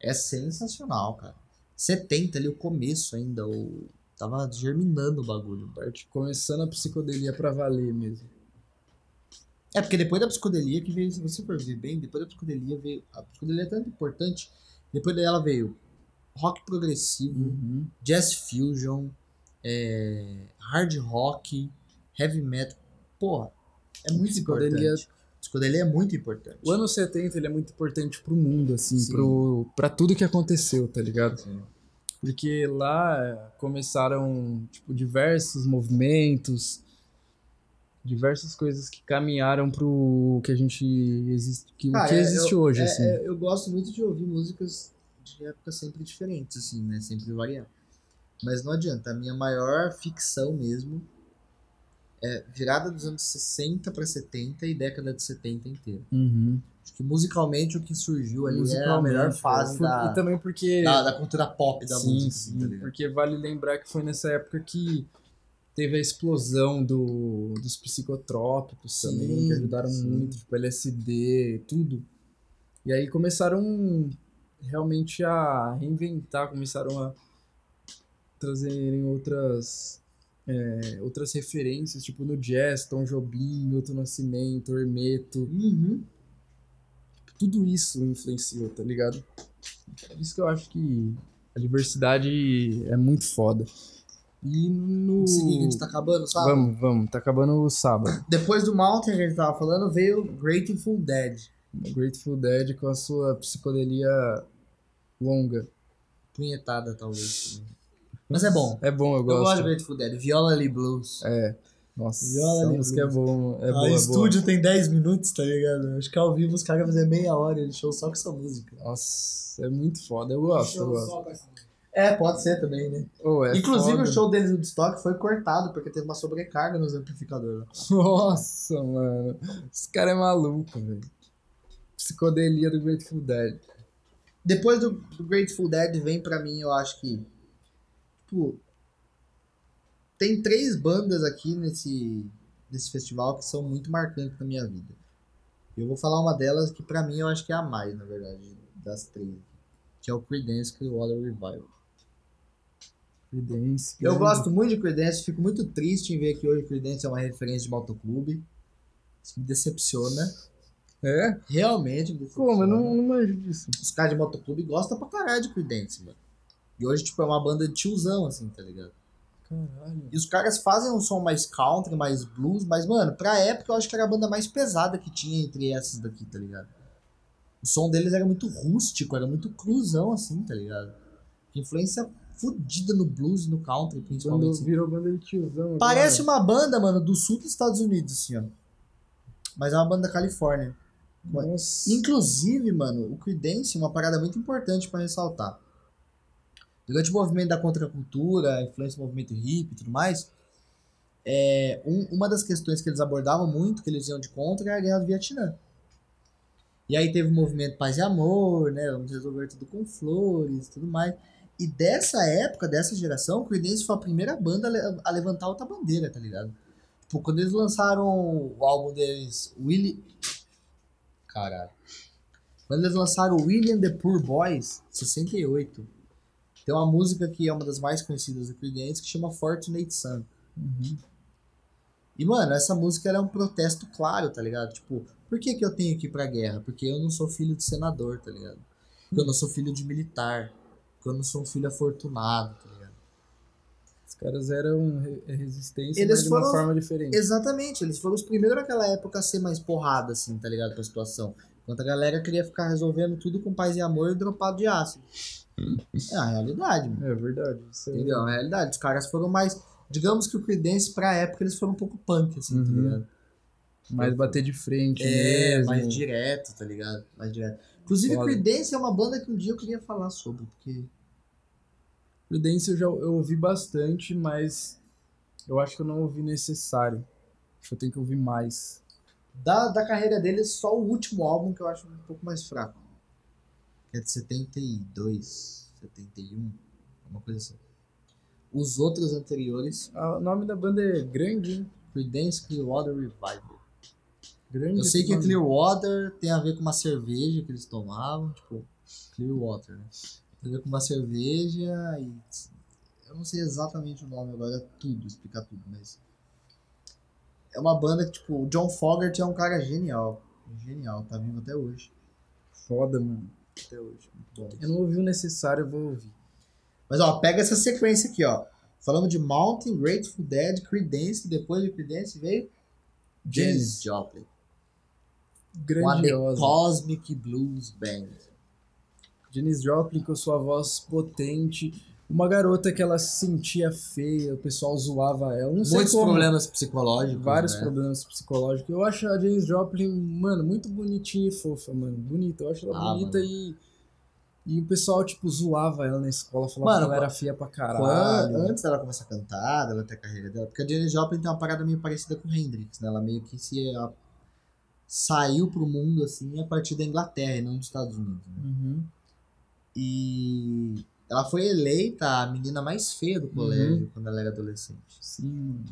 B: É sensacional, cara. 70 ali, o começo ainda, o... tava germinando o bagulho.
A: Parte Tipo, começando a psicodelia pra valer mesmo.
B: É, porque depois da psicodelia que veio, se você for ver bem, depois da psicodelia veio. A psicodelia é tanto importante, depois dela veio rock progressivo, jazz fusion, é, hard rock, heavy metal. Porra, é muito
A: Psicodelia-
B: importante. Psicodelia é muito importante.
A: O ano 70 ele é muito importante pro mundo, assim,
B: Sim.
A: pro, pra tudo que aconteceu, tá ligado?
B: Sim.
A: Porque lá é, começaram, tipo, diversos movimentos, diversas coisas que caminharam pro que a gente existe, que,
B: Cara,
A: o que
B: é,
A: existe hoje,
B: É,
A: assim.
B: é, eu gosto muito de ouvir músicas de épocas sempre diferentes, assim, né? Sempre variando. Mas não adianta, a minha maior ficção mesmo é virada dos anos 60 para 70 e década de 70 inteira.
A: Uhum.
B: Acho que musicalmente o que surgiu ali é a
A: Musicalmente, né?
B: melhor fase
A: Por- E
B: da,
A: também porque.
B: da, da cultura pop da
A: sim,
B: música.
A: sim,
B: tá ligado?
A: porque vale lembrar que foi nessa época que teve a explosão do, dos psicotrópicos também,
B: Sim,
A: que ajudaram
B: sim.
A: muito, tipo LSD, tudo. E aí começaram realmente a reinventar, começaram a trazerem outras. é, outras referências, tipo no jazz, Tom Jobim, Milton Nascimento, Hermeto,
B: Uhum.
A: tudo isso influenciou, tá ligado? É isso que eu acho que a diversidade é muito foda. E no.
B: Vamos seguir que a gente tá acabando, sabe?
A: Vamos, vamos, tá acabando o sábado.
B: Depois do Mountain que a gente tava falando, veio Grateful Dead.
A: Grateful Dead com a sua psicodelia longa.
B: Punhetada, talvez. também. Mas é bom.
A: É bom, eu
B: Eu gosto
A: gosto.
B: de Grateful Dead. Viola Lee Blues.
A: Nossa,
B: Viola
A: essa música é bom. É boa,
B: a
A: é
B: Ah, estúdio tem 10 minutos, tá ligado? Acho que ao vivo os caras fazem meia hora de show só com essa música.
A: boa. Nossa, é muito foda. Eu gosto, eu gosto.
B: É, pode ser também, né?
A: Oh, é
B: Inclusive
A: foda.
B: o show deles no estoque foi cortado, porque teve uma sobrecarga nos amplificadores. lá.
A: Nossa, mano. Esse cara é maluco, velho. Psicodelia do Grateful Dead.
B: Depois do, do Grateful Dead vem pra mim, eu acho que. Tipo. Tem três bandas aqui nesse, nesse festival que são muito marcantes na minha vida. Eu vou falar uma delas que pra mim eu acho que é a mais, na verdade, das três. Que é o Creedence Clearwater Revival.
A: Creedence,
B: Eu
A: grande.
B: gosto muito de Creedence, fico muito triste em ver que hoje Creedence é uma referência de motoclube. Isso me decepciona.
A: É?
B: Realmente me decepciona.
A: Como? Eu não, não manjo disso.
B: Os caras de motoclube gostam pra caralho de Creedence, mano. E hoje, tipo, é uma banda de tiozão, assim, tá ligado?
A: Caralho.
B: E os caras fazem um som mais country, mais blues, mas, mano, pra época eu acho que era a banda mais pesada que tinha entre essas daqui, tá ligado? O som deles era muito rústico, era muito cruzão, assim, tá ligado? Influência fodida no blues e no country,
A: Banda,
B: principalmente. assim.
A: virou banda de tiozão. agora.
B: Parece uma banda, mano, do sul dos Estados Unidos, assim, ó. Mas é uma banda da Califórnia.
A: Nossa.
B: Inclusive, mano, o Creedence é uma parada muito importante pra ressaltar. Durante o movimento da contracultura, a influência do movimento hippie e tudo mais, é, um- uma das questões que eles abordavam muito, que eles iam de contra, era a guerra do Vietnã. E aí teve o movimento Paz e Amor, né? Vamos resolver tudo com flores e tudo mais. E dessa época, dessa geração, o Creedence foi a primeira banda a le- a levantar outra bandeira, tá ligado? Tipo, quando eles lançaram o álbum deles, Willy, Caralho. Quando eles lançaram William the Poor Boys, 68, tem uma música que é uma das mais conhecidas do Creedence que chama Fortunate Sun.
A: Uhum.
B: E, mano, essa música ela é um protesto claro, tá ligado? Tipo, por que, que eu tenho que ir pra guerra? Porque eu não sou filho de senador, tá ligado? Porque eu não sou filho de militar. Porque eu não sou um filho afortunado, tá ligado?
A: Os caras eram re- é, resistência,
B: Eles
A: mas de
B: foram-
A: uma forma diferente.
B: Exatamente, eles foram os primeiros naquela época a ser mais porrada, assim, tá ligado? Pra situação. Enquanto a galera queria ficar resolvendo tudo com paz e amor e dropado de ácido. É a realidade, mano.
A: É verdade. Isso é-
B: Entendeu? É a realidade. Os caras foram mais. Digamos que o Creedence, pra época, eles foram um pouco punk, assim, tá
A: Uhum.
B: ligado?
A: Mais bater de frente
B: É,
A: mesmo.
B: mais direto, tá ligado? Mais direto. Inclusive,
A: Foda.
B: Creedence é uma banda que um dia eu queria falar sobre, porque.
A: Prudência eu já eu ouvi bastante, mas eu acho que eu não ouvi necessário. Acho que eu tenho que ouvir mais.
B: Da, da carreira deles, só o último álbum que eu acho um pouco mais fraco. Que é de 72, 71, uma coisa assim. Os outros anteriores,
A: Ah, o nome da banda é Grande, hein?
B: Creedence Clearwater Revival.
A: Grande
B: Eu sei
A: esse
B: que
A: nome.
B: Clearwater tem a ver com uma cerveja que eles tomavam, tipo, Clearwater, né? Tem a ver com uma cerveja e... Eu não sei exatamente o nome agora, tudo, explicar tudo, mas... É uma banda que, tipo, o John Fogerty é um cara genial. Genial, tá vivo até hoje.
A: Foda, mano.
B: até hoje. Muito bom.
A: Eu não ouvi o necessário, eu vou ouvir.
B: É. Mas ó, pega essa sequência aqui, ó. Falamos de Mountain, Grateful Dead, Creedence, e depois de Creedence veio Janis Joplin. Uma The
A: Grandiosa.
B: Cosmic Blues Band.
A: Janis Joplin com sua voz potente. Uma garota que ela se sentia feia, o pessoal zoava ela. Não sei
B: Muitos
A: como.
B: problemas psicológicos,
A: Vários
B: né?
A: problemas psicológicos. Eu acho a Janis Joplin, mano, muito bonitinha e fofa, mano. Bonita. Eu acho ela
B: Ah,
A: bonita
B: mano.
A: e. E o pessoal, tipo, zoava ela na escola, falava
B: Mano, é?
A: que ela era feia pra caralho.
B: Quando- antes dela começar a cantar, ela ter a carreira dela, porque a Janis Joplin tem uma parada meio parecida com o Hendrix, né? Ela meio que se a- saiu pro mundo assim a partir da Inglaterra e não dos Estados Unidos. Né?
A: Uhum.
B: E ela foi eleita a menina mais feia
A: Uhum.
B: do colégio quando ela era adolescente.
A: Sim.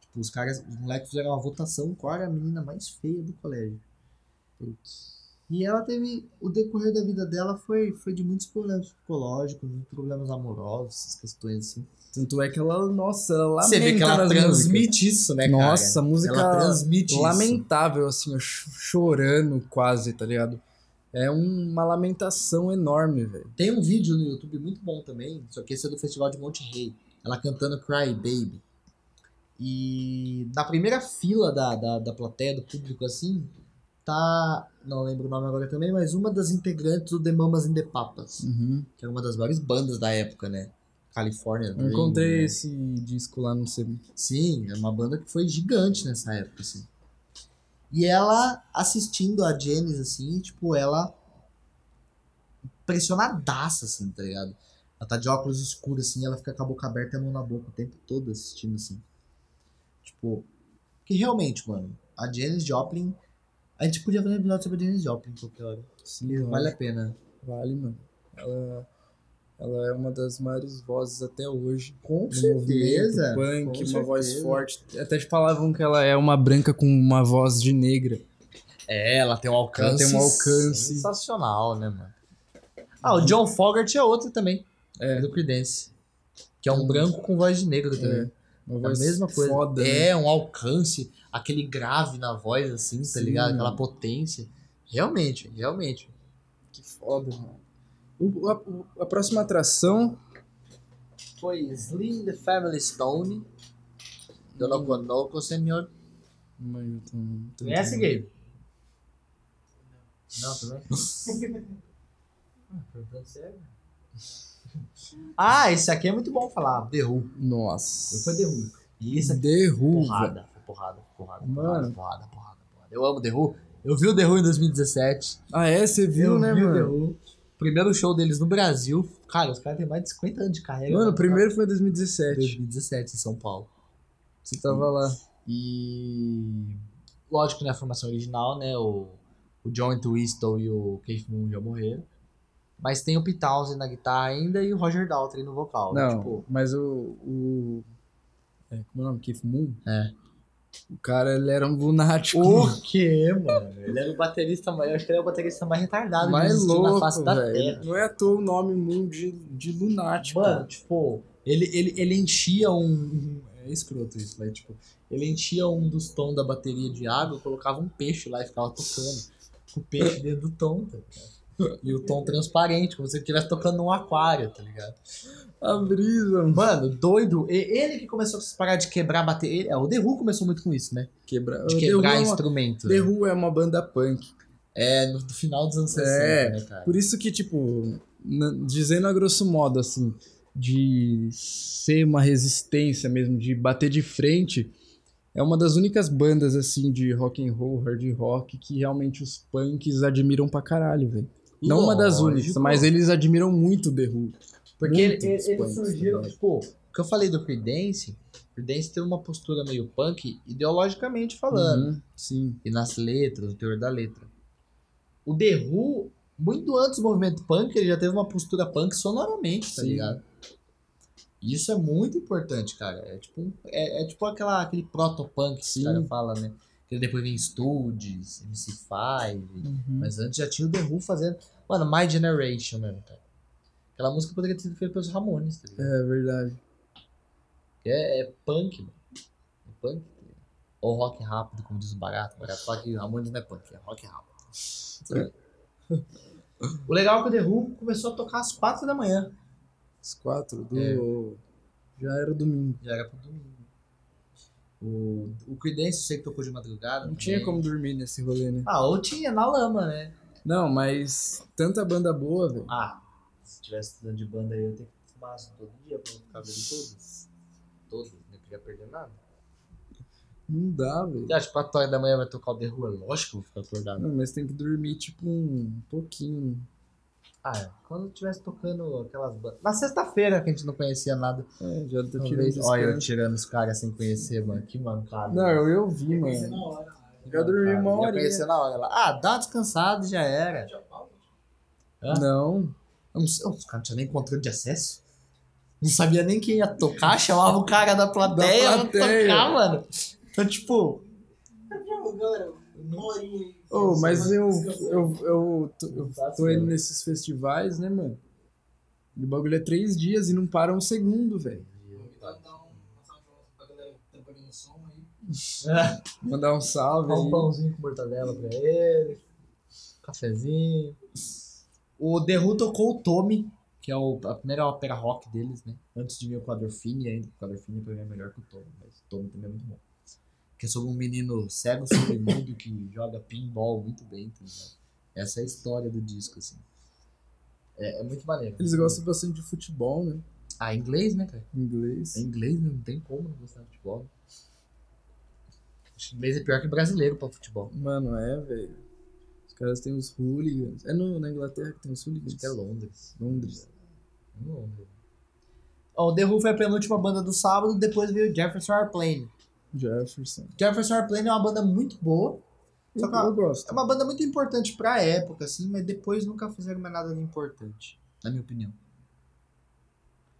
B: Tipo, os caras, os moleques fizeram uma votação qual era a menina mais feia do colégio. E ela teve, o decorrer da vida dela foi, foi de muitos problemas psicológicos, muitos problemas amorosos, essas questões assim.
A: Tanto é que ela, nossa, ela lamenta
B: Você vê que ela
A: nas músicas.
B: transmite isso, né, cara?
A: Nossa, a música
B: ela transmite isso.
A: lamentável, assim, ó, ch- chorando quase, tá ligado? É um- uma lamentação enorme, velho.
B: Tem um vídeo no YouTube muito bom também, só que esse é do Festival de Monte Rei. Ela cantando Cry Baby. E na primeira fila da, da, da plateia, do público, assim, tá. Não lembro o nome agora também, mas uma das integrantes do The Mamas in the Papas, que era uma das maiores bandas da época, né? California.
A: Eu
B: Dream,
A: encontrei
B: né?
A: esse disco lá no CB.
B: Sim, é uma banda que foi gigante nessa época, assim. E ela assistindo a Janis, assim, tipo, ela impressionadaça, assim, tá ligado? Ela tá de óculos escuros, assim, ela fica com a boca aberta e a mão na boca o tempo todo assistindo, assim. Tipo, que realmente, mano, a Janis Joplin. A gente podia fazer um episódio sobre a Janis Joplin qualquer hora.
A: Sim,
B: Vale a pena.
A: Vale, mano. Ela, ela é uma das maiores vozes até hoje.
B: Com
A: do Um movimento punk, uma
B: certeza.
A: voz forte. Até te falavam que ela é uma branca com uma voz de negra.
B: É, ela tem um alcance.
A: Ela tem um alcance. Uhum.
B: Sensacional, né, mano? Ah, o John Fogerty é outro também.
A: É.
B: Do Creedence. Que é um branco com voz de negro também.
A: É, uma
B: É a
A: voz
B: mesma coisa.
A: foda. né?
B: é, um alcance, aquele grave na voz, assim, tá
A: Sim,
B: ligado? Aquela
A: mano.
B: potência. Realmente, realmente.
A: Que foda, mano. O- a, o- a próxima atração
B: foi Slim the Family Stone, Donokonoko Senhor.
A: Mas eu tô- tô
B: Conhece,
A: entendendo.
B: Gabe? Não, também? Ah, perguntando sério. Ah, esse aqui é muito bom falar. The Who.
A: Nossa.
B: Foi The Who. E esse aqui é
A: Derruba.
B: Porrada, foi porrada, porrada, porrada,
A: Mano.
B: porrada, porrada, porrada. Eu amo The Who. Eu vi o The Who em 2017.
A: Ah, é? Você viu,
B: eu
A: né,
B: vi
A: mano?
B: o The Who. Primeiro show deles no Brasil. Cara, os caras têm mais de 50 anos de carreira. né,
A: Mano, o
B: primeiro
A: primeiro foi em 2017.
B: 2017 em São Paulo.
A: Você tava lá.
B: Tipo, E lógico, né, a formação original, né, o, o John Twistle e o Keith Moon já morreram. Mas tem o Pete Townsend na guitarra ainda e o Roger Daltrey no vocal. né,
A: Não,
B: Tipo,
A: mas o. o é, como é o nome? Keith Moon?
B: É.
A: O cara, ele era um lunático.
B: o quê, mano? Ele era o baterista mais, eu acho que ele é o baterista mais retardado que
A: mais
B: existiu
A: louco,
B: na face da Terra.
A: velho. Não é à toa o nome Moon de, de lunático.
B: Mano, tipo, ele, ele, ele enchia um. É escroto isso, né? Tipo, ele enchia um dos tons da bateria de água, colocava um peixe lá e ficava tocando. Com o peixe dentro do tom, tá ligado? E o tom transparente, como se ele estivesse tocando num aquário, tá ligado?
A: A brisa, mano.
B: Mano, doido. E- Ele que começou com essa parada de quebrar bateria. É, o The Who começou muito com isso, né?
A: Quebra...
B: De quebrar
A: The Who é uma-
B: instrumentos.
A: The Who é uma banda punk.
B: É, no no final dos anos 60,
A: É,
B: né, cara?
A: Por isso que, tipo, na- dizendo a grosso modo, assim, de ser uma resistência mesmo, de bater de frente, é uma das únicas bandas, assim, de rock and roll, hard rock, que realmente os punks admiram pra caralho, velho. Não uma das
B: Lógico.
A: únicas, mas eles admiram muito The Who.
B: Porque ele-
A: Muito
B: ele-
A: dos
B: eles
A: punks,
B: surgiram,
A: né?
B: tipo, o que eu falei do Creedence, Creedence teve uma postura meio punk, ideologicamente falando,
A: Uhum, sim.
B: e nas letras, no teor da letra. O The Who, muito antes do movimento punk, ele já teve uma postura punk sonoramente, tá
A: Sim.
B: ligado? Isso é muito importante, cara. É tipo, um- é, é tipo aquela, aquele proto-punk que
A: Sim.
B: o cara fala, né? Que depois vem Studios, MC5,
A: Uhum.
B: mas antes já tinha o The Who fazendo. Mano, My Generation mesmo, cara. Aquela música poderia ter sido feita pelos Ramones, tá ligado?
A: É verdade.
B: É, é punk, mano. É punk. tá ligado? Ou rock rápido, como diz o barato. O barato fala que Ramones não é punk, é rock rápido. o legal é que o The Who começou a tocar às 4 da manhã.
A: Os quatro do. Já era domingo.
B: Já era pro domingo. O, o Creedence, eu sei que tocou de madrugada. né?
A: Não
B: também.
A: tinha como dormir nesse rolê, né?
B: Ah, ou tinha, na lama, né?
A: Não, mas tanta banda boa, velho.
B: Ah, se tivesse estudando de banda aí, eu tenho que fumar assim todo dia pra não ficar vendo né? todas. Todas, não queria perder nada.
A: Não dá, velho.
B: Você acha que 4 horas da manhã vai tocar o The Who? É lógico que eu vou ficar acordado.
A: Ah, Não, mas tem que dormir, tipo, um pouquinho.
B: Ah, é. quando eu estivesse tocando aquelas bandas. Na sexta-feira que a gente não conhecia nada.
A: É, já tô
B: Talvez.
A: tirando
B: Olha, eu
A: descanso.
B: tirando os caras sem conhecer, mano. Que mancada.
A: né? Não, eu, eu vi, mano. Eu dormi uma
B: hora.
A: horinha.
B: conheceu na hora. Ela, ah, dá uma descansada e já era. Hã?
A: Não.
B: Eu não sei, os caras não tinham nem controle de acesso. Não sabia nem quem ia tocar, chamava o cara da plateia
A: Da
B: pra
A: plateia.
B: tocar, mano. Então, tipo,
A: Ô, mas eu, eu, eu, tô- eu
B: Tá
A: tô indo nesses festivais, né, mano? E o bagulho é três dias e não para um segundo, velho. Mandar um salve
B: um
A: aí.
B: pãozinho com mortadela pra ele, cafezinho. O The Who tocou o Tommy, que é o- a primeira ópera rock deles, né? Antes de vir o Quadrofini, ainda o Quadrofini pra mim é melhor que o Tommy, mas o Tommy também é muito bom. Que é sobre um menino cego sobremudo que joga pinball muito bem, tá ligado? Essa é a história do disco, assim. É, é muito maneiro.
A: Eles gostam bastante de futebol, né?
B: Ah, inglês, né, cara?
A: Em Inglês.
B: É inglês, né? não tem como não gostar de futebol. Acho que inglês é pior que brasileiro pra futebol.
A: Mano, é, velho. Os caras têm os hooligans. É no, na Inglaterra que tem os hooligans.
B: Acho que é Londres.
A: Londres.
B: Ó, o The Who foi a penúltima banda do sábado, depois veio o Jefferson Airplane.
A: Jefferson.
B: Jefferson Airplane é uma banda muito boa,
A: Eu,
B: Só que a-
A: eu
B: é
A: gosto.
B: uma banda muito importante pra época, assim, mas depois nunca fizeram mais nada de importante, na minha opinião.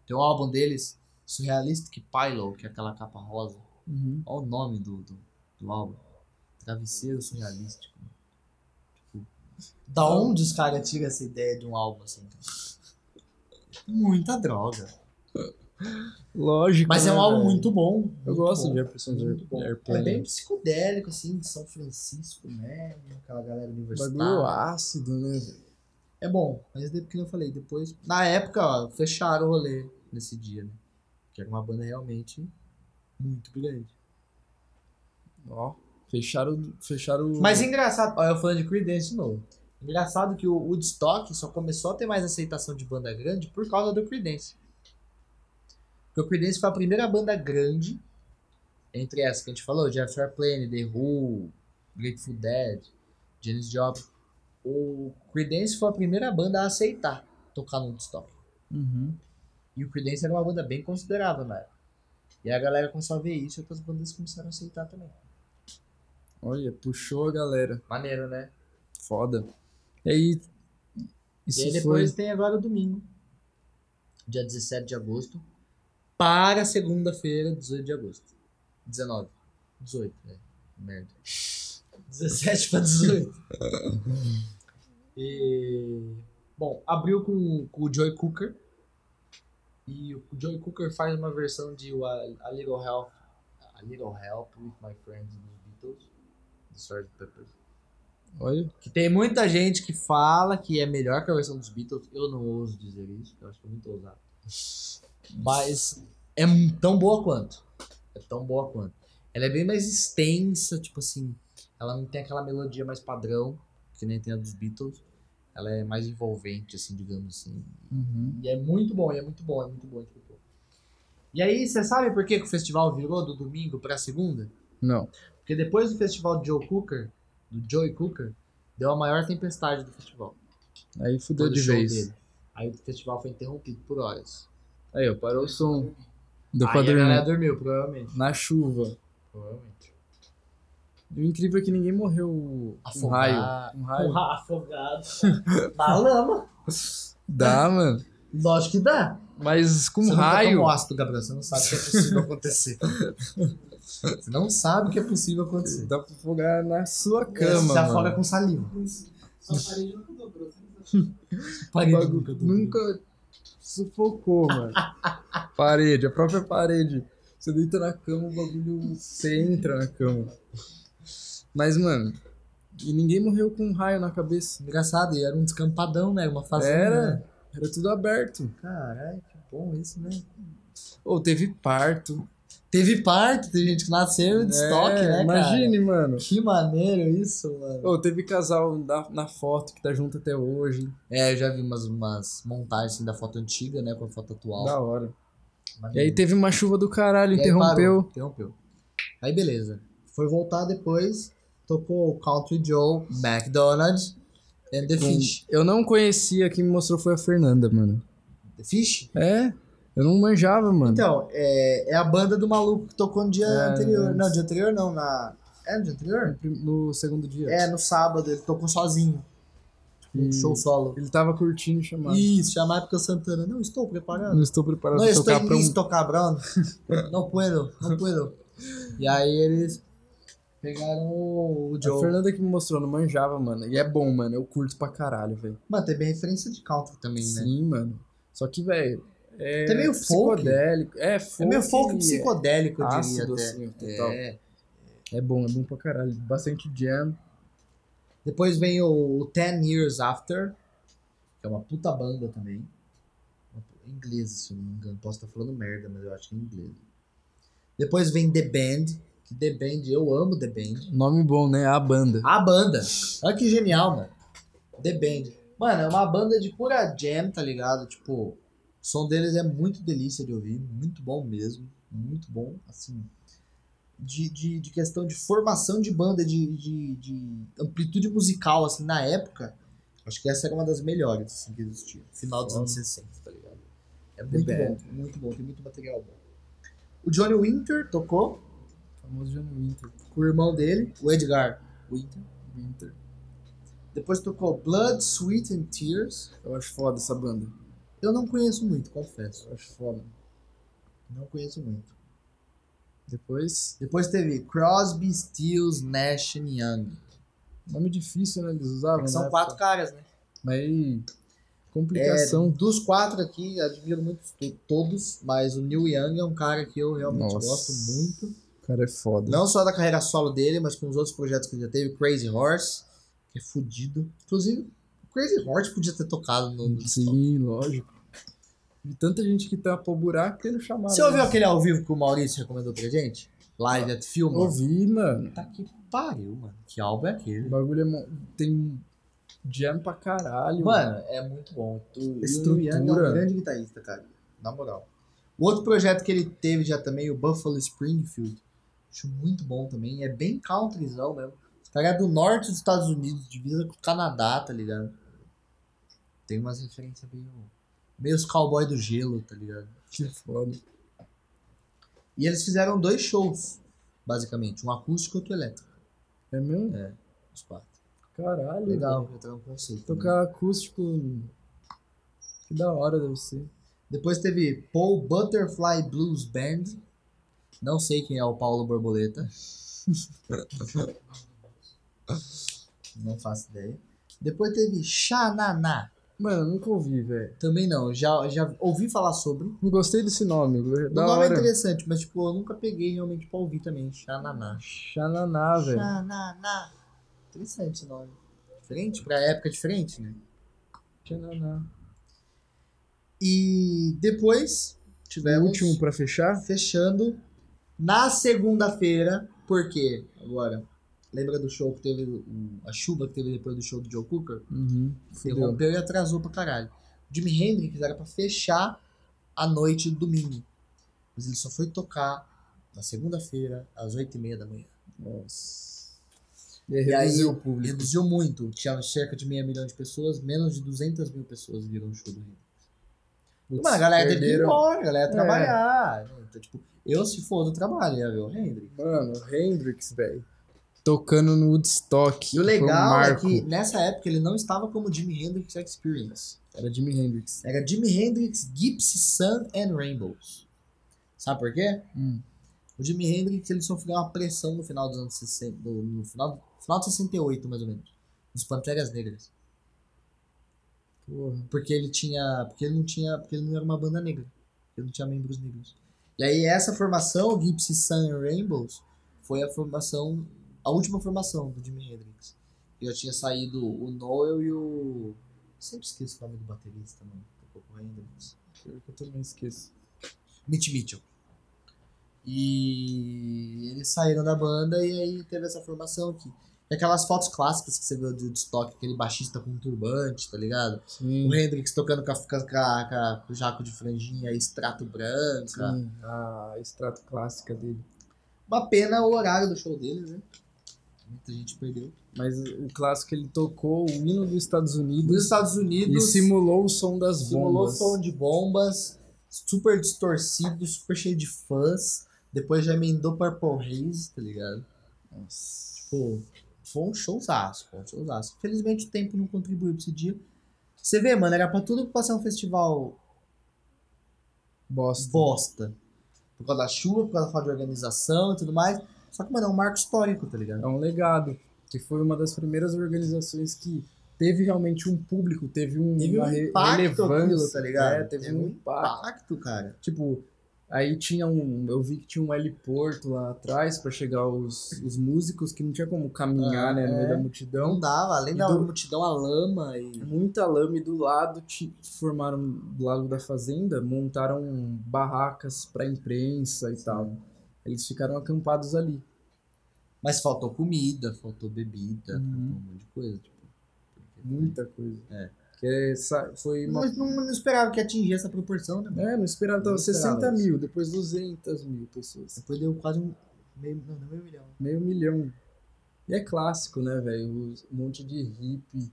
B: Tem um álbum deles, Surrealistic Pillow, que é aquela capa rosa.
A: Uhum.
B: Olha o nome do, do, do álbum. Travesseiro Surrealístico. Tipo, da onde os caras tiram essa ideia de um álbum assim? cara? Muita droga.
A: Lógico.
B: Mas é um
A: né,
B: álbum
A: velho?
B: muito bom.
A: Eu
B: muito
A: gosto
B: bom.
A: de Jefferson
B: Muito bom. É
A: Airplane.
B: bem psicodélico, assim, de São Francisco mesmo, aquela galera
A: Bagulho
B: universitária.
A: ácido, né? velho?
B: É bom, mas de- que nem eu falei, depois. Na época, ó, fecharam o rolê nesse dia, né? que era uma banda realmente muito grande.
A: Ó, fecharam, fecharam o-
B: Mas engraçado, ó, eu falando de Creedence de novo. Engraçado que o Woodstock só começou a ter mais aceitação de banda grande por causa do Creedence. Porque o Creedence foi a primeira banda grande entre essas que a gente falou, Jeff Plane, The Who, Grateful Dead, Janis Joplin. O Creedence foi a primeira banda a aceitar tocar no Woodstock.
A: Uhum.
B: E o Creedence era uma banda bem considerável na época. E a galera começou a ver isso e outras bandas começaram a aceitar também.
A: Olha, puxou a galera.
B: Maneiro, né?
A: Foda. E aí. Isso
B: e aí depois tem agora o domingo. Dia 17 de agosto. Para segunda-feira, 18 de agosto. 19. 18, né? Merda. 17 para 18. e... Bom, abriu com, com o Joy Cooker. E o Joy Cooker faz uma versão de Wha- A Little Help. A Little Help with My Friends dos Beatles. Do Sgt. Pepper.
A: foi. Olha.
B: Que tem muita gente que fala que é melhor que a versão dos Beatles. Eu não ouso dizer isso, eu acho que é muito ousado. Mas é m- tão boa quanto. É tão boa quanto. Ela é bem mais extensa, tipo assim. Ela não tem aquela melodia mais padrão, que nem tem a dos Beatles. Ela é mais envolvente, assim, digamos assim.
A: Uhum.
B: E é muito bom, e é muito bom, é muito bom. é muito bom. E aí, você sabe por que, que o festival virou do domingo pra segunda?
A: Não.
B: Porque depois do festival de Joe Cooker, do Joey Cooker, deu a maior tempestade do festival.
A: Aí fudeu
B: Foi do
A: de
B: show
A: vez.
B: dele. Aí o festival foi interrompido por horas.
A: Aí, ó, parou o som. Deu pra
B: Aí a
A: dormir.
B: galera dormiu, provavelmente.
A: Na chuva.
B: Provavelmente.
A: E o incrível é que ninguém morreu com raio.
B: Afogado.
A: Com raio.
B: Afogado. Na lama.
A: Dá, mano.
B: Lógico que dá.
A: Mas com
B: você Nunca
A: Um raio.
B: tomou ácido, Gabriel. Você não sabe o que é possível acontecer. você não sabe o que é possível acontecer.
A: Dá pra afogar na sua
B: você
A: cama.
B: se
A: mano.
B: afoga com saliva.
C: Só parei nunca dobrou.
A: O
B: Parede
A: bagulho nunca sufocou, mano. parede, a própria parede. Você deita na cama, o bagulho. Você entra na cama. Mas, mano. E ninguém morreu com um raio na cabeça.
B: Engraçado, e era um descampadão, né? Uma fazenda.
A: Era.
B: né?
A: Era tudo aberto.
B: Caralho, que bom isso, né?
A: Ou teve parto.
B: Teve parto, teve gente que nasceu de estoque,
A: É,
B: né,
A: Imagine, mano.
B: cara? Que maneiro isso, mano.
A: Ou teve casal da- na foto que tá junto até hoje.
B: É, eu já vi umas, umas montagens assim, da foto antiga, né, com a foto atual.
A: Da hora. E
B: Maneiro.
A: aí teve uma chuva do caralho,
B: E aí parou,
A: interrompeu.
B: interrompeu. Aí beleza. Foi voltar depois, tocou o Country Joe, McDonald's and The
A: Com-
B: Fish.
A: Eu não conhecia, quem me mostrou foi a Fernanda, mano.
B: The Fish?
A: É? Eu não manjava, mano.
B: Então, é, é a banda do maluco que tocou no dia
A: É,
B: anterior. Não, dia anterior não, na... É no dia anterior?
A: No prim- No segundo dia.
B: É, no sábado, ele tocou sozinho. Tipo, um
A: E-
B: show solo.
A: Ele tava curtindo chamar.
B: Isso, chamar porque o Santana. Não estou preparado.
A: Não estou preparado
B: Não
A: pra
B: estou
A: tocar pra um.
B: listo, cabrão. Não puedo, não puedo. E aí eles pegaram o o
A: A
B: Joe.
A: Fernanda que me mostrou, não manjava, mano. E é bom, mano. Eu curto pra caralho, velho.
B: Mano, tem bem referência de country também, né?
A: Sim, mano. Só que, velho. É
B: Tem meio folk.
A: psicodélico. É folk.
B: É meio folk psicodélico, eu diria
A: Ácido,
B: até.
A: assim, total.
B: É.
A: É bom, é bom pra caralho. Bastante jam.
B: Depois vem o Ten Years After, que é uma puta banda também. Uma pu- Inglesa, se eu não me engano. Posso estar falando merda, mas eu acho que é inglesa. Depois vem The Band. que The Band, eu amo The Band.
A: Nome bom, né? A banda.
B: A banda. Olha que genial, mano. The Band. Mano, é uma banda de pura jam, tá ligado? Tipo, o som deles é muito delícia de ouvir, muito bom mesmo. Muito bom, assim. De, de, de questão de formação de banda, de, de, de amplitude musical, assim, na época, acho que essa era uma das melhores assim, que existia. Final dos
A: Foda.
B: anos 60, tá ligado? É muito bom,
A: Band.
B: muito bom, tem muito material bom. O Johnny Winter tocou,
A: Famoso John Winter.
B: com o irmão dele, o Edgar Winter.
A: Winter.
B: Depois tocou Blood, Sweet and Tears.
A: Eu acho foda essa banda.
B: Eu não conheço muito, confesso.
A: Eu acho foda.
B: Não conheço muito.
A: Depois.
B: Depois teve Crosby, Stills, Nash and Young.
A: Nome difícil, né? Eles
B: É
A: usavam.
B: que são
A: né?
B: quatro caras, né?
A: Mas. aí,
B: É,
A: Complicação.
B: dos quatro aqui, admiro muito to- todos, mas o Neil Young é um cara que eu realmente
A: Nossa.
B: gosto muito.
A: O cara é foda.
B: Não só da carreira solo dele, mas com os outros projetos que ele já teve. Crazy Horse, que é fudido. Inclusive, Crazy Horse podia ter tocado no... no
A: Sim, lógico. De tanta gente que tapou o buraco que né? não chamaram.
B: Você ouviu aquele ao vivo que o Maurício recomendou pra gente? Live at Film?
A: Ouvi, mano.
B: Tá que pariu, mano. Que álbum é
A: O
B: aquele?
A: bagulho é mo- tem jam pra caralho.
B: Mano, é muito bom.
C: O
A: Estrutura.
C: Yang é um grande guitarrista, cara. Na moral.
B: O outro projeto que ele teve já também, o Buffalo Springfield. Acho muito bom também. É bem countryzão mesmo. Os caras é do norte dos Estados Unidos, divisa com o Canadá, tá ligado? Tem umas referências meio. meio os cowboy do gelo, tá ligado?
A: Que foda.
B: E eles fizeram dois shows, basicamente. Um acústico e outro elétrico.
A: É mesmo?
B: Os quatro.
A: Caralho.
B: Legal, eu trago um conceito.
A: velho. Tocar acústico. Que da hora deve ser.
B: Depois teve Paul Butterfly Blues Band. Não sei quem é o Paulo Borboleta. não faço ideia. Depois teve Xananá.
A: Mano, eu nunca ouvi, velho.
B: Também não, já, já ouvi falar sobre.
A: Não gostei desse nome. velho.
B: o
A: Da
B: nome é
A: hora.
B: interessante, mas tipo, eu nunca peguei realmente pra ouvir também. Xananá.
A: Xananá, velho.
B: Xananá. Interessante esse nome. Diferente, pra época diferente, né?
A: Xananá.
B: E depois
A: O
B: tivemos...
A: último pra fechar?
B: fechando na segunda-feira, porque agora, lembra do show que teve, o- a chuva que teve depois do show do Joe Cooker?
A: Uhum. Fudeu.
B: Interrompeu e atrasou pra caralho. O Jimi Hendrix era pra fechar a noite do domingo, mas ele só foi tocar na segunda-feira, às oito e meia da manhã.
A: Nossa. E,
B: E aí-
A: reduziu o público.
B: Reduziu muito, tinha cerca de meia milhão de pessoas, menos de 200 mil pessoas viram o show do Hendrix.
A: Putz,
B: Mano, a galera teve que ir
A: perderam. É.
B: embora, a galera ia trabalhar. né? Então, tipo, eu se for do trabalho, ia ver o Hendrix.
A: Mano, o Hendrix, velho. Tocando no Woodstock.
B: E
A: que foi um
B: o legal é
A: marco.
B: que nessa época ele não estava como Jimi Hendrix Experience.
A: Era Jimi Hendrix.
B: Era Jimi Hendrix, Gypsy, Sun and Rainbows. Sabe por quê?
A: Hum.
B: O Jimi Hendrix ele sofreu uma pressão no final dos anos 60, do- no final, final de 68 mais ou menos, dos Panteras Negras,
A: Porra.
B: porque ele tinha, porque ele não tinha, porque ele não era uma banda negra, ele não tinha membros negros. E aí essa formação, Gypsy, Sun and Rainbows, foi a formação, a última formação do Jimi Hendrix. E já tinha saído o Noel e o. Sempre esqueço o nome do baterista, mano. um Tocou com o Hendrix.
A: Eu também esqueço.
B: Mitch Mitchell. E eles saíram da banda e aí teve essa formação aqui. E aquelas fotos clássicas que você viu de Woodstock, aquele baixista com turbante, tá ligado?
A: Sim.
B: O Hendrix tocando com, a- com, a- com a- com o jaco de franjinha, extrato branca.
A: Sim, a extrato clássica dele.
B: Uma pena o horário do show deles, né? Muita gente perdeu.
A: Mas o clássico ele tocou o hino dos Estados
B: Nos
A: Unidos
B: Estados
A: e
B: Unidos.
A: simulou o som das
B: Simulou
A: bombas.
B: som de bombas, super distorcido, super cheio de fãs. Depois já emendou Purple Haze, tá ligado?
A: Nossa.
B: Tipo, foi um showzaço, foi um showzaço. Felizmente o tempo não contribuiu pra esse dia. Você vê, mano, era pra tudo passar um festival
A: Bosta.
B: bosta. Por causa da chuva, por causa da falta de organização e tudo mais. Só que, mano, é um marco histórico, tá ligado?
A: É um legado. Que foi uma das primeiras organizações que teve realmente um público, teve, um,
B: Teve um
A: uma re-
B: impacto
A: relevância.
B: aquilo, tá ligado?
A: É, teve
B: Teve
A: um
B: um
A: impacto.
B: Pacto, cara.
A: Tipo, aí tinha um. Eu vi que tinha um heliporto lá atrás pra chegar os, os músicos, que não tinha como caminhar,
B: Ah,
A: né? No meio
B: é.
A: da
B: Não
A: multidão.
B: dava, além
A: E
B: da
A: do-
B: multidão, a lama e.
A: Muita lama e do lado ti- formaram do lado da fazenda, montaram barracas pra imprensa e tal. Eles ficaram acampados ali.
B: Mas faltou comida, faltou bebida,
A: Uhum.
B: faltou um monte de coisa. Tipo, porque-
A: Muita coisa.
B: É.
A: Que é, sa- foi uma.
B: Mas não, não esperava que atingisse essa proporção, né, mano?
A: É, não esperava, tava
B: Não esperava
A: 60
B: isso.
A: mil, depois 200 mil pessoas.
B: Depois deu quase um. Meio, não, não meio milhão.
A: Meio milhão. E é clássico, né, velho? Os- Um monte de hippie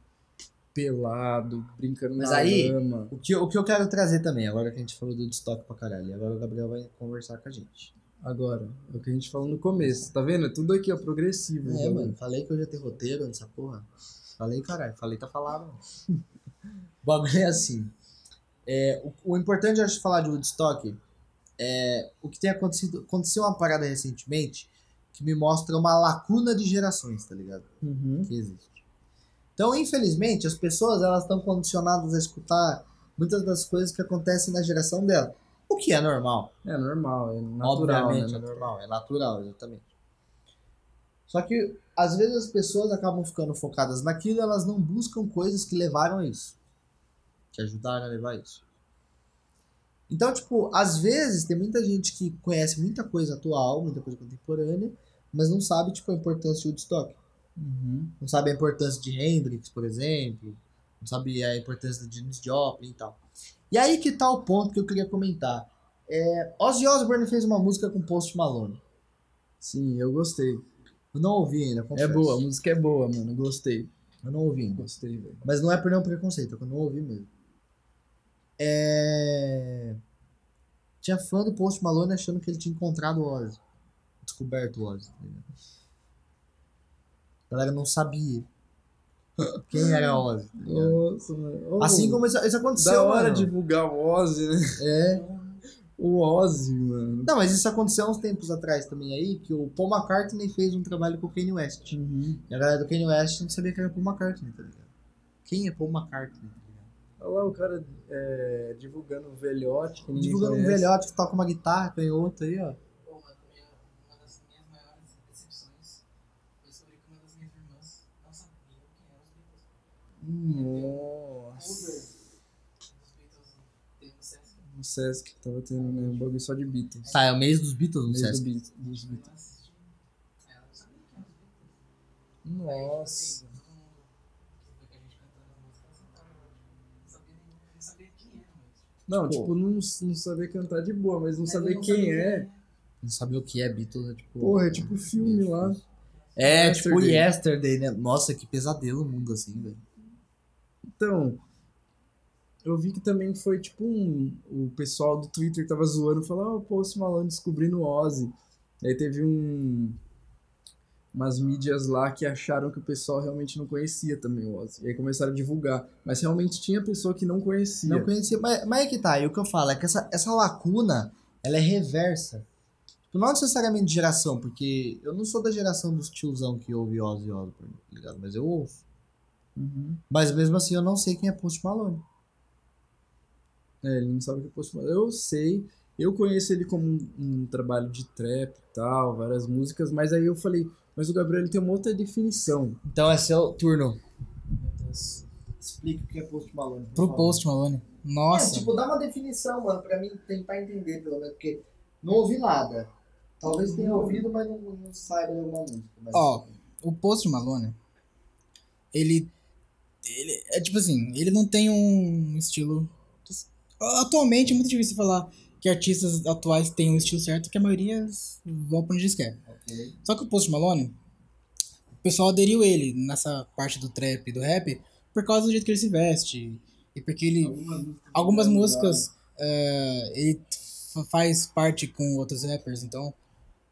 A: pelado, brincando
B: Mas
A: na
B: aí-
A: lama.
B: O que, o que eu quero trazer também, agora que a gente falou do estoque pra caralho, e agora o Gabriel vai conversar com a gente.
A: Agora, é o que a gente falou no começo, tá vendo? É Tudo aqui, ó, progressivo.
B: É,
A: né?
B: mano, falei que eu já tenho roteiro nessa porra. Falei, caralho, falei tá falado. mano. o bagulho é assim. É, o, o importante, eu acho, de falar de Woodstock é o que tem acontecido. Aconteceu uma parada recentemente que me mostra uma lacuna de gerações, tá ligado?
A: Uhum.
B: que existe. Então, infelizmente, as pessoas elas estão condicionadas a escutar muitas das coisas que acontecem na geração dela, o que é normal.
A: É normal, é natural,
B: Obviamente,
A: né?
B: é normal, é natural, exatamente. Só que às vezes as pessoas acabam ficando focadas naquilo, elas não buscam coisas que levaram a isso, que ajudaram a levar a isso. Então, tipo, às vezes tem muita gente que conhece muita coisa atual, muita coisa contemporânea, mas não sabe, tipo, a importância de Woodstock.
A: Uhum.
B: Não sabe a importância de Hendrix, por exemplo. Não sabe a importância de Janis Joplin e tal. E aí que tá o ponto que eu queria comentar. É, Ozzy Osbourne fez uma música com Post Malone.
A: Sim, eu gostei.
B: Eu não ouvi ainda, confesso.
A: É boa, a música é boa, mano. Gostei.
B: Eu não ouvi ainda.
A: Gostei, velho.
B: Mas não é por nenhum preconceito, é que eu não ouvi mesmo. É... Tinha fã do Post Malone achando que ele tinha encontrado o Ozzy. Descoberto o Ozzy. tá ligado? A galera não sabia quem era o Ozzy. tá ligado?
A: Nossa, mano. Ô,
B: Assim como isso, isso aconteceu,
A: Da hora
B: mano.
A: divulgar o Ozzy, né?
B: É.
A: O Ozzy, mano.
B: Não, mas isso aconteceu há uns tempos atrás também aí, que o Paul McCartney fez um trabalho com o Kanye West.
A: Uhum.
B: E a galera do Kanye West não sabia que era Paul McCartney, tá ligado? Quem é Paul McCartney? tá ligado?
A: Olha lá o cara é, divulgando um velhote. que ninguém
B: Divulgando um
A: conhece.
B: velhote que toca uma guitarra, tem outro aí, ó.
D: Bom, mas a minha- uma das minhas maiores decepções foi descobrir que uma das minhas irmãs não sabia quem eram os Beatles.
A: Nossa.
D: Cover dos Beatles teve um sucesso
A: O Sesc que tava tendo, né? Um bagulho só de Beatles.
B: Tá, é o mês dos Beatles, não
A: Desde
B: sei.
A: o Beat- dos
D: que
A: Beatles.
D: ela assistiu. Ela não sabia quem eram os Beatles.
A: Nossa.
D: Aí, tipo, todo mundo que viu que a gente cantando as músicas, ela não sabia nem- não sabia quem era, mas, tipo,
A: Não,
B: Pô.
A: tipo, não, não saber cantar de boa, mas não
D: ela
A: saber
D: não
A: quem
D: sabia
A: é.
B: Não saber o que é Beatles, é tipo.
A: Porra, é tipo filme lá.
B: É,
A: Yesterday.
B: tipo Yesterday, né? Nossa, que pesadelo o mundo assim, velho.
A: Então, eu vi que também foi tipo um. O pessoal do Twitter tava zoando, falando, ah, o Post Malone descobrindo o Ozzy. Aí teve um. Umas mídias lá que acharam que o pessoal realmente não conhecia também o Ozzy. E aí começaram a divulgar. Mas realmente tinha pessoa que não conhecia.
B: Não conhecia. Mas, mas é que tá, e o que eu falo é que essa, essa lacuna, ela é reversa. Tipo, não necessariamente de geração, porque eu não sou da geração dos tiozão que ouve Ozzy Osbourne, tá ligado? Mas eu ouço.
A: Uhum.
B: Mas mesmo assim, eu não sei quem é Post Malone.
A: É, ele não sabe o que é Post Malone. Eu sei, eu conheço ele como um, um trabalho de trap e tal, várias músicas, mas aí eu falei, mas o Gabriel ele tem uma outra definição.
B: Então é seu turno.
E: Meu Deus.
B: Explica o que é Post Malone.
E: Pro Post Malone. Nossa.
B: É, tipo, dá uma definição, mano, pra mim tentar entender, pelo menos, porque não ouvi nada. Talvez tenha ouvido, mas não, não saiba de alguma música. Mas...
E: Ó, o Post Malone, ele, ele é tipo assim, ele não tem um estilo. Atualmente é muito difícil falar que artistas atuais têm um estilo certo, que a maioria vão pra onde eles querem.
B: Ok.
E: Só que o Post Malone, o pessoal aderiu ele nessa parte do trap e do rap por causa do jeito que ele se veste. E porque ele. Algumas músicas eh, ele fa- faz parte com outros rappers, então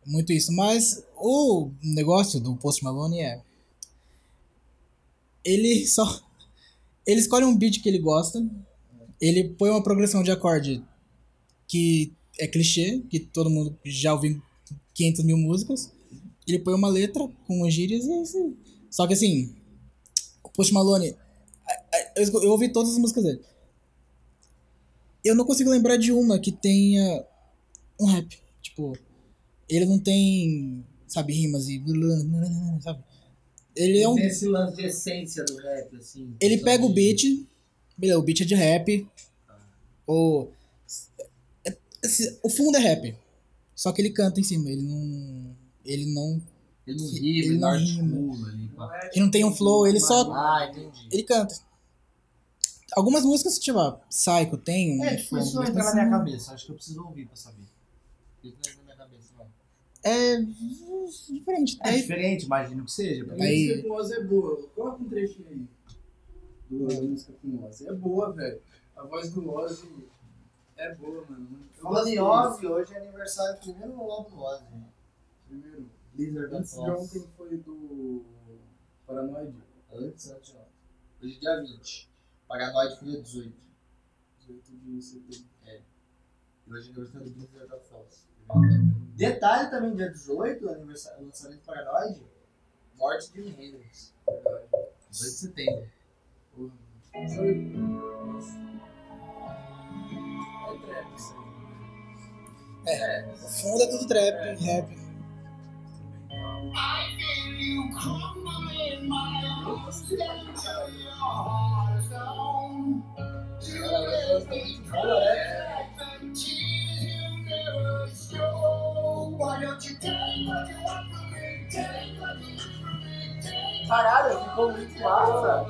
E: muito isso. Mas o negócio do Post Malone é. Ele só. Ele escolhe um beat que ele gosta, ele põe uma progressão de acorde que é clichê, que todo mundo já ouviu em 500 mil músicas. Ele põe uma letra com gírias e é isso. aí. Só que assim, o Post Malone. a- a- Eu, escu- eu ouvi todas as músicas dele. Eu não consigo lembrar de uma que tenha um rap. Tipo, ele não tem, sabe, rimas e. Sabe? Ele é um
B: Tem esse lance de essência do rap, assim.
E: ele
B: sabe?
E: pega o beat, beleza, o beat é de rap, ou. é- esse- O fundo é rap. Só que ele canta em cima, ele não. Ele não.
B: Ele não
E: ele
B: rima, ele
E: não
B: não
E: rima.
B: articula ali. pá.
E: Ele não tem um flow, ele só.
B: Ah, entendi.
E: Ele canta. Algumas músicas, tipo, ah, Psycho tem um.
B: É, tipo, isso não
E: mas
B: entra na
E: assim,
B: minha cabeça. Acho que eu preciso ouvir pra saber. Isso não entra na minha cabeça, não.
E: É. é Diferente.
B: É
E: Aí-
B: diferente, imagino que seja. porque-
A: A
E: Aí-
A: música com Ozzy é boa. Coloca um trechinho aí. Do, da música com Ozzy. É boa, velho. A voz do Ozzy é boa, mano. Eu
B: Falando em
A: gostei.
B: Ozzy, hoje é aniversário do primeiro álbum do Ozzy. né?
A: Primeiro.
B: Lizard
A: Antes
B: of
A: de
B: Oz.
A: ontem foi do Paranoid.
B: Antes, antes de ontem. Hoje é dia 20. Paranoid foi dia 18.
A: 18 de setembro.
B: E hoje é aniversário do Blizzard of Oz. Detalhe também, dia 18, aniversário, lançamento do Paranoid, morte de Jimi Hendrix. 18 de setembro.
A: Porra, mano. Sabe? Nossa. É trap isso aí.
E: O fundo é tudo trap, rap.
B: Paranoid,
E: Caralho, ficou muito massa.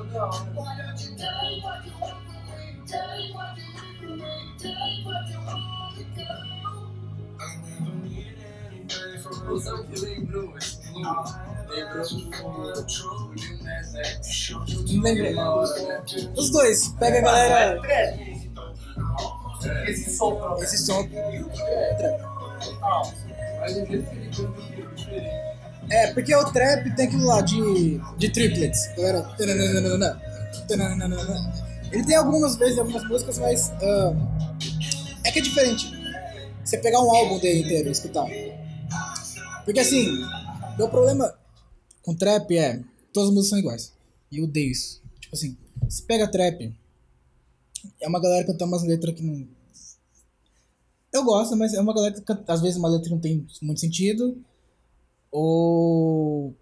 A: Usar o que lembrou, explodiu.
E: Não lembrei.
B: É.
E: Os dois, pega a galera.
A: Esse som,
E: Esse som.
A: mas o jeito que ele canta diferente.
E: É, porque o trap tem aquilo lá de, de triplets. Galera. tananana, tananana. Ele tem algumas vezes, algumas músicas, mas. ah, é que é diferente. Você pegar um álbum dele inteiro e escutar. Porque assim, meu problema com trap é. Todas as músicas são iguais. E eu odeio isso. Tipo assim, se pega trap. É uma galera cantando umas letras que não. Eu gosto, mas é uma galera que canta- às vezes uma letra que não tem muito sentido ou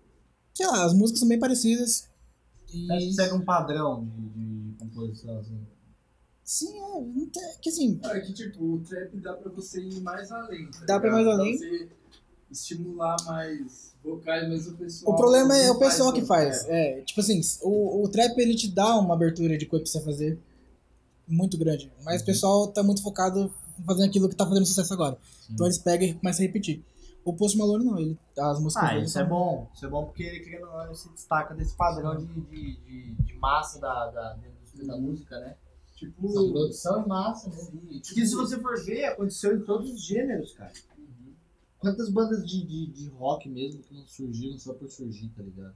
E: sei lá, as músicas são bem parecidas.
B: Acho que
E: E,
B: segue um padrão de, de composição, assim.
E: sim, é, não tem- que assim,
A: É que tipo, o trap dá pra você ir mais além. tá
E: Dá pra ir
A: ligado?
E: mais além.
A: você estimular mais vocais, mas o pessoal.
E: o problema é
A: não
E: o pessoal que
A: tanto,
E: faz.
A: né?
E: É, tipo assim, o, o trap ele te dá uma abertura de coisa pra você fazer muito grande, mas
B: Uhum.
E: o pessoal tá muito focado em fazer aquilo que tá fazendo sucesso agora. Então eles pegam e começam a repetir. O Post Malone não, ele as músicas
B: Ah,
E: dele
B: isso
E: são-
B: é bom. Isso é bom porque ele, querendo ou não, ele se destaca desse padrão de, de, de, de massa da, da, da indústria da música, né?
A: Tipo,
B: Essa produção é massa, né?
A: assim, tipo,
B: Que se você for ver, aconteceu em todos os gêneros, cara. Uhum. Quantas bandas de, de, de rock mesmo que não surgiram só por surgir, tá ligado?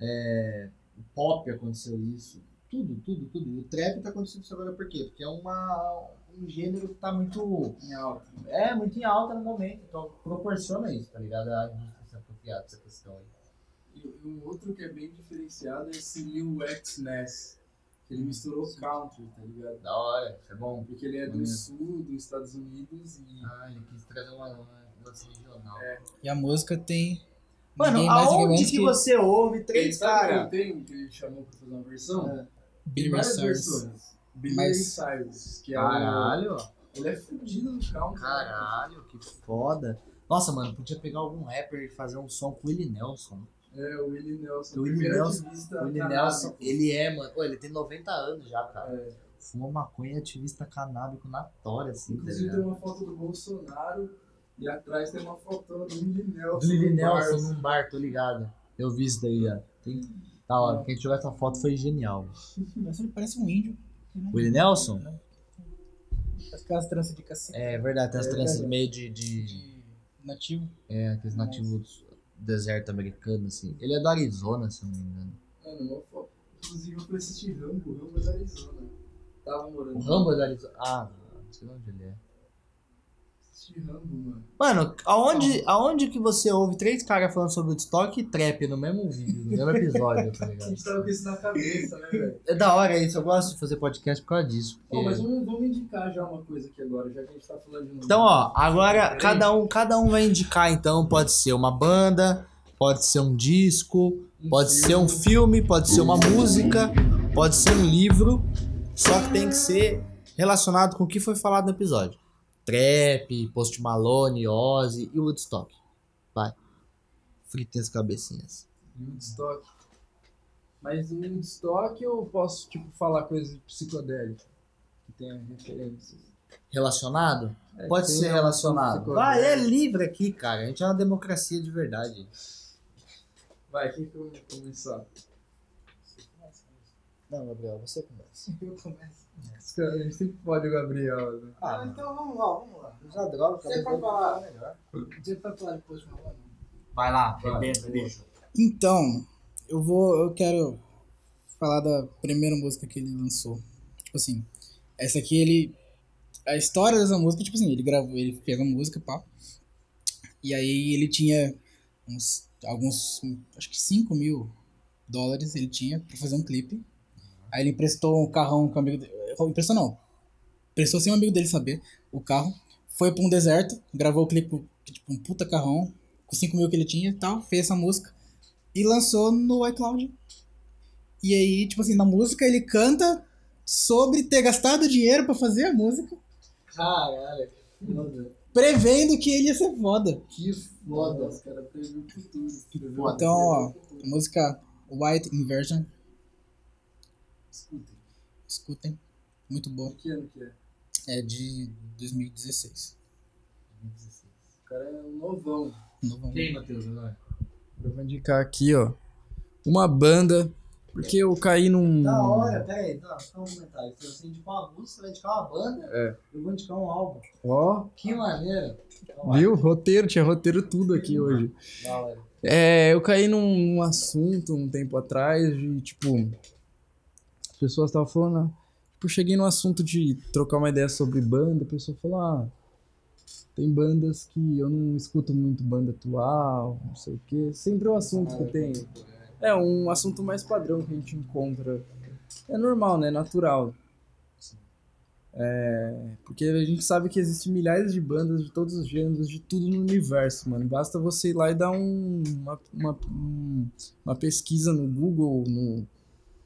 B: É, o pop aconteceu isso. Tudo, tudo, tudo. E o trap tá acontecendo isso agora por quê? Porque é uma, um gênero que tá muito em alta. É, muito em alta no momento. Então proporciona isso, tá ligado? A indústria se apropriar dessa questão aí.
A: E e um outro que é bem diferenciado é esse Lil X Ness. Que ele misturou country, tá ligado?
B: Da hora, isso é bom.
A: Porque ele é do
B: Maneiro.
A: sul dos Estados Unidos e.
B: Ah, ele quis trazer uma uma- uma lance regional.
E: E a música tem
B: Mano,
E: ninguém mais, ninguém
B: aonde
E: menos
B: que, você ouve três
A: sabe
B: caras?
A: que eu tenho um que ele chamou pra fazer uma versão?
B: É.
E: Billy Ray
A: Várias
E: Cyrus.
A: versões. Billy
E: Mas-
A: Ray Cyrus, que é o.
B: Caralho,
A: Ele é fudido no country.
B: caralho, que foda. Nossa, mano, podia pegar algum rapper e fazer um som com o Willie Nelson.
A: É, o Willie Nelson.
B: O Willie
A: primeiro
B: Nelson-
A: ativista
B: O Willie
A: canábico.
B: Nelson, ele é, mano. Ô, ele tem 90 anos já, cara.
A: É.
B: Fuma maconha ativista canábico na tora, assim, tá
A: Inclusive tem
B: ligado?
A: uma foto do Bolsonaro e atrás tem uma foto do Willie
B: Do
E: um
A: Nelson.
B: Willie
A: no bar.
B: Nelson né? num bar, tô ligado. Eu vi isso daí, ó. Tem... Da hora, quem tirou essa foto foi genial.
E: Mas ele parece um índio.
B: O Willie Nelson?
E: Aquelas tranças de cacete
B: É verdade, tem as
E: É
B: tranças
E: verdade.
B: meio de- de...
E: nativo.
B: É, aqueles nativos do deserto americano, assim. Ele é do Arizona, se eu não me engano.
A: Mano, uma foto. Inclusive eu fui assistir Rambo, Rambo é da Arizona. Tava morando.
B: O Rambo é do Arizona. Ah, não sei onde ele é.
A: Assisti Rambo, mano.
B: Mano, aonde, aonde que você ouve três caras falando sobre Woodstock e trap no mesmo vídeo, no mesmo episódio, tá
A: A
B: ligado?
A: gente tava com isso na cabeça, né, velho?
B: É da hora isso, eu gosto de fazer podcast por causa disso. porque-
A: Ó, mas vamos, vamos indicar já uma coisa aqui agora, já que a gente tá falando de um.
B: Então, ó, agora cada um, cada um vai indicar, então, pode ser uma banda, pode ser um disco, pode ser um filme, pode ser uma música, pode ser um livro, só que tem que ser relacionado com o que foi falado no episódio. Trap, Post Malone, Ozzy e Woodstock. Vai. Fritem as cabecinhas.
A: de Woodstock. Mas no Woodstock eu posso, tipo, falar coisas de psicodélico. Que tem referências.
B: Relacionado?
A: É,
B: Pode
A: tem
B: ser
A: uma
B: relacionado.
A: psicodélica.
B: Vai, é livre aqui, cara. A gente é uma democracia de verdade.
A: Vai, quem que eu vou começar?
B: Não, Gabriel, você começa.
A: Eu começo. A gente sempre pode o Gabriel, né?
B: Ah,
E: então vamos lá, vamos lá.
B: usar droga,
E: Você pode falar. Você pode falar depois de né?
B: Vai lá,
A: Vai,
B: arrebenta,
A: boa.
B: bicho.
E: Então, eu vou. Eu quero falar da primeira música que ele lançou. Tipo assim, essa aqui ele. A história dessa música, tipo assim, ele gravou, ele fez a música, pá. E aí ele tinha uns. alguns. acho que 5 mil dólares ele tinha pra fazer um clipe. Aí ele emprestou um carrão com um amigo dele. Emprestou não. Emprestou sem um amigo dele saber o carro. Foi pra um deserto, gravou o clipe com tipo, um puta carrão, com 5 mil que ele tinha e tal, fez essa música e lançou no iCloud. E aí, tipo assim, na música ele canta sobre ter gastado dinheiro pra fazer a música.
B: Caralho.
E: prevendo que ele ia ser foda.
B: Que foda, os caras previu o futuro. previu
F: foda.
B: o
E: Então, ó,
B: futuro.
E: a música White Inversion,
B: Escutem,
E: escutem, muito boa.
B: de que ano que é?
E: É de 2016.
B: O cara é um novão.
E: Novo ano.
F: Quem, Matheus, agora?
A: Eu vou indicar aqui, ó. Uma banda. Porque eu caí num.
B: Da hora, pera aí, tá, só um comentário. Se você indicar uma música, você vai indicar uma banda,
A: É.
B: eu vou indicar um álbum.
A: Ó,
B: Que maneiro. Então, ó,
A: viu? Roteiro, tinha roteiro tudo aqui hoje.
B: Da hora.
A: É, eu caí num, num assunto um tempo atrás de, tipo, as pessoas estavam falando, ah, tipo, eu cheguei num assunto de trocar uma ideia sobre banda, a pessoa falou, ah, tem bandas que eu não escuto muito banda atual, não sei o quê. Sempre o assunto que tem. É um assunto mais padrão que a gente encontra. É normal, né? Natural. É, porque a gente sabe que existem milhares de bandas de todos os gêneros, de tudo no universo, mano. Basta você ir lá e dar um- uma, uma, um- uma pesquisa no Google, no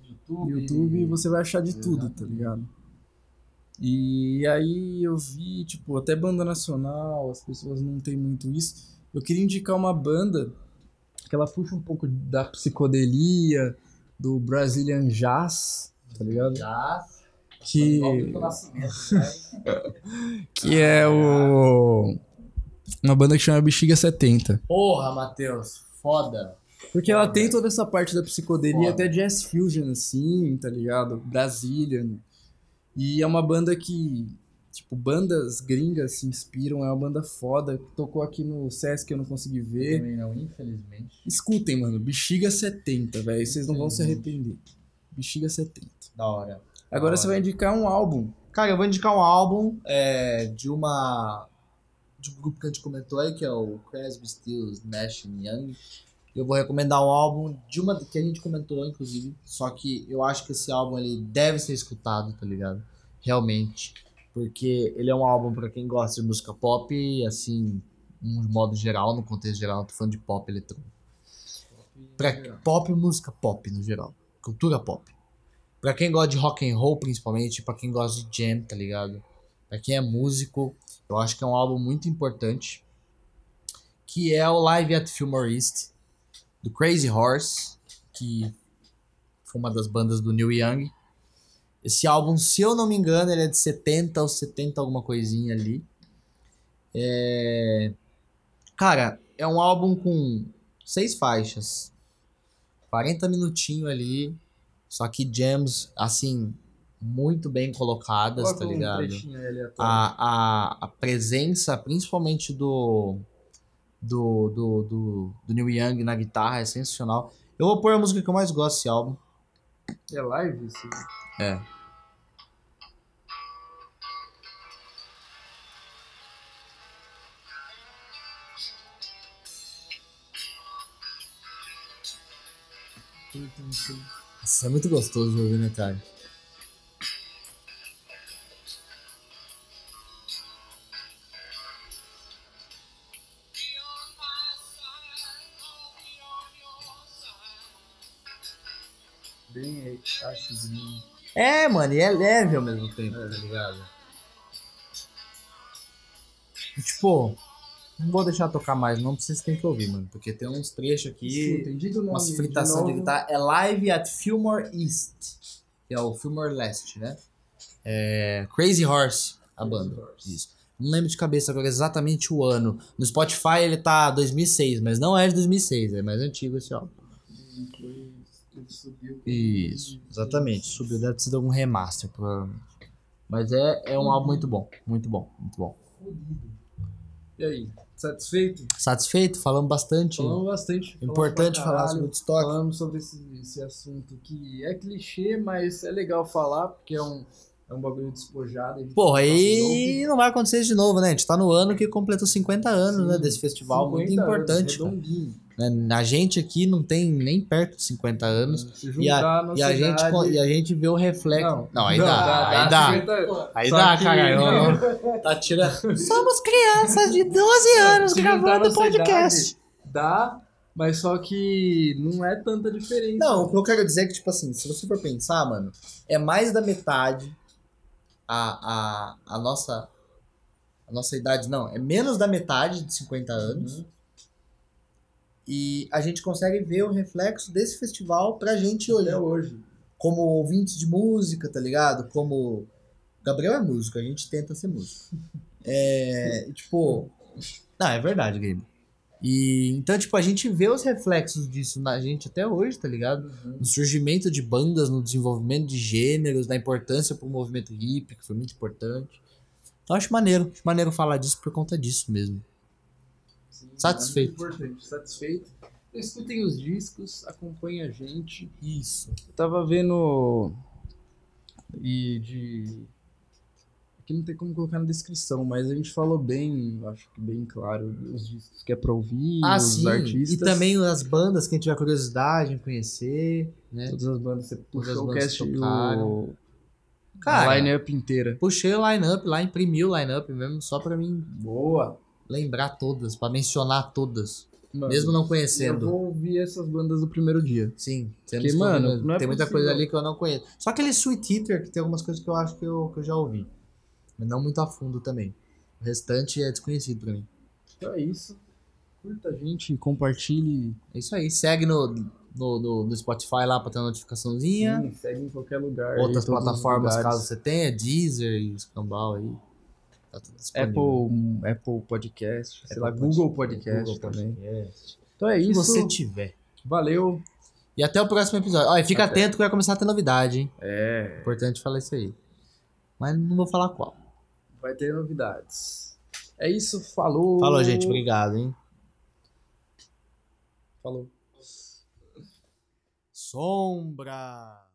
B: YouTube.
A: YouTube, e você vai achar de tudo, tá ligado? E aí eu vi, tipo, até banda nacional, as pessoas não têm muito isso. Eu queria indicar uma banda que ela puxa um pouco da psicodelia, do Brazilian Jazz, tá ligado?
B: Já.
A: Que...
B: Igual do Nascimento, né?
A: Que é o. Uma banda que chama Bexiga 70.
B: Porra, Matheus. Foda.
A: Porque ela tem toda essa parte da psicodelia,
B: Foda.
A: até jazz fusion, assim, tá ligado? Brazilian. E é uma banda que. Tipo, bandas gringas se inspiram, é uma banda foda. Tocou aqui no Sesc, eu não consegui ver.
F: Também não, infelizmente.
A: Escutem, mano, Bexiga 70, velho. Vocês não vão se arrepender. Bexiga 70.
B: Da hora.
A: Agora você vai indicar um álbum.
B: Cara, eu vou indicar um álbum é, de uma. de um grupo que a gente comentou aí, que é o Crosby, Stills, Nash and Young. Eu vou recomendar um álbum de uma que a gente comentou, inclusive. Só que eu acho que esse álbum ele deve ser escutado, tá ligado? Realmente. Porque ele é um álbum pra quem gosta de música pop, e, assim, um modo geral, no contexto geral, eu tô falando de pop eletrônico. Pra, pop, música pop no geral. Cultura pop. Pra quem gosta de rock and roll, principalmente, pra quem gosta de jam, tá ligado? Pra quem é músico, eu acho que é um álbum muito importante. Que é o Live at Fillmore East, do Crazy Horse, que foi uma das bandas do Neil Young. Esse álbum, se eu não me engano, ele é de 70 ou 70 alguma coisinha ali. É... Cara, é um álbum com seis faixas. 40 minutinhos ali, só que jams, assim, muito bem colocadas, tá
A: um
B: ligado?
A: Ah.
B: a, a, a presença, principalmente do, do, do, do, do Neil Young na guitarra, é sensacional. Eu vou pôr a música que eu mais gosto desse álbum.
A: É live isso?
B: É.
A: um
B: Isso é muito gostoso de ouvir, né, cara?
A: Bem é, achozinho.
B: É, mano, e é leve ao mesmo tempo, tá ligado? E, tipo, não vou deixar tocar mais, não, porque vocês têm que ouvir, mano. Porque tem uns trechos aqui.
A: Escutem, diga o nome
B: Uma
A: de
B: fritação de
A: novo.
B: guitarra. É live at Fillmore East. Que é o Fillmore Leste, né? É Crazy Horse, a banda. Isso. Não lembro de cabeça agora exatamente o ano. No Spotify ele tá 2006, mas não é de 2006, é mais antigo esse álbum. Isso, exatamente. Subiu, deve ter sido algum remaster, provavelmente. Mas é, é um álbum muito bom, muito bom, muito bom.
A: E aí, satisfeito?
B: Satisfeito? Falamos bastante.
A: Falamos bastante. falamos
B: Importante
A: pra
B: falar
A: caralho,
B: sobre o estoque.
A: Falamos sobre esse, esse assunto que é clichê, mas é legal falar, porque é um, é um bagulho despojado. a gente tá
B: Porra,
A: passa
B: e não vai acontecer isso de novo, né? A gente tá no ano que completou 50 anos,
A: Sim,
B: né? Desse festival,
A: 50
B: muito importante.
A: Anos, é redondinho.
B: cara. Né? A gente aqui não tem nem perto de 50 anos.
A: Se
B: E
A: juntar
B: a,
A: nossa
B: e, a gente,
A: idade-
B: co- e a gente vê o reflexo. Não,
A: Não.
B: aí
A: Não,
B: dá, aí dá.
A: 50
B: Aí
A: Só
B: dá,
A: que-
B: cara. eu- Tá tirando. Somos crianças de 12 anos
A: Se juntar
B: gravando
A: nossa
B: podcast.
A: idade, Dá, mas só que não é tanta diferença.
B: Não, o que eu quero dizer é que, tipo assim, se você for pensar, mano, é mais da metade a, a, a nossa A nossa idade, não, é menos da metade de 50
C: Uhum.
B: anos. E a gente consegue ver o reflexo desse festival pra gente hoje.
C: Até hoje.
B: Como ouvintes de música, tá ligado? Como. Gabriel é músico, a gente tenta ser músico. É. tipo. Não, é verdade, Gabriel. E então, tipo, a gente vê os reflexos disso na gente até hoje, tá ligado? No surgimento de bandas, no desenvolvimento de gêneros, na importância pro movimento hip, que foi muito importante. Então acho maneiro, acho maneiro falar disso por conta disso mesmo.
A: Sim,
B: Satisfeito.
A: É muito importante, satisfeito. Então, escutem os discos, acompanhem a gente.
B: Isso.
A: Eu tava vendo. E de. Aqui não tem como colocar na descrição, mas a gente falou bem, acho que bem claro, os discos que é pra ouvir,
B: Ah,
A: os
B: sim.
A: artistas.
B: E também as bandas, quem tiver curiosidade em conhecer, né?
A: Todas as bandas, você
B: Todas as
A: puxou o
B: bandas
A: cast
B: que
A: e
B: tocaram.
A: o
B: Cara,
A: line-up inteira.
B: puxei o line-up lá, imprimi o line-up mesmo, só pra mim
A: Boa!
B: lembrar todas, pra mencionar todas, mesmo não
A: Eu
B: conhecendo.
A: vou ouvir essas bandas do primeiro dia.
B: Sim,
A: Porque, mano, não é
B: tem muita
A: possível.
B: coisa ali que eu não conheço. Só aquele Sweet Eater, que tem algumas coisas que eu acho que eu, que eu já ouvi. Mas não muito a fundo também. O restante é desconhecido pra mim.
A: Então é isso. Curta a gente, compartilhe.
B: É isso aí. Segue no, no, no, no Spotify lá pra ter uma notificaçãozinha.
A: Sim, segue em qualquer lugar.
B: Outras
A: em todos os
B: plataformas,
A: lugares.
B: caso você tenha, Deezer e escambau aí. Tá tudo disponível.
A: Apple, um Apple Podcast, sei lá,
B: Apple
A: Google Podcast
B: Google
A: também.
B: Podcast.
A: Então é
B: Se
A: isso.
B: você tiver.
A: Valeu.
B: E até o próximo episódio. Olha, fica
A: Até.
B: atento que vai começar a ter novidade, hein?
A: É,
B: Importante falar isso aí. Mas não vou falar qual.
A: vai ter novidades. É isso, falou.
B: Falou, gente. Obrigado, hein?
A: Falou.
B: Sombra!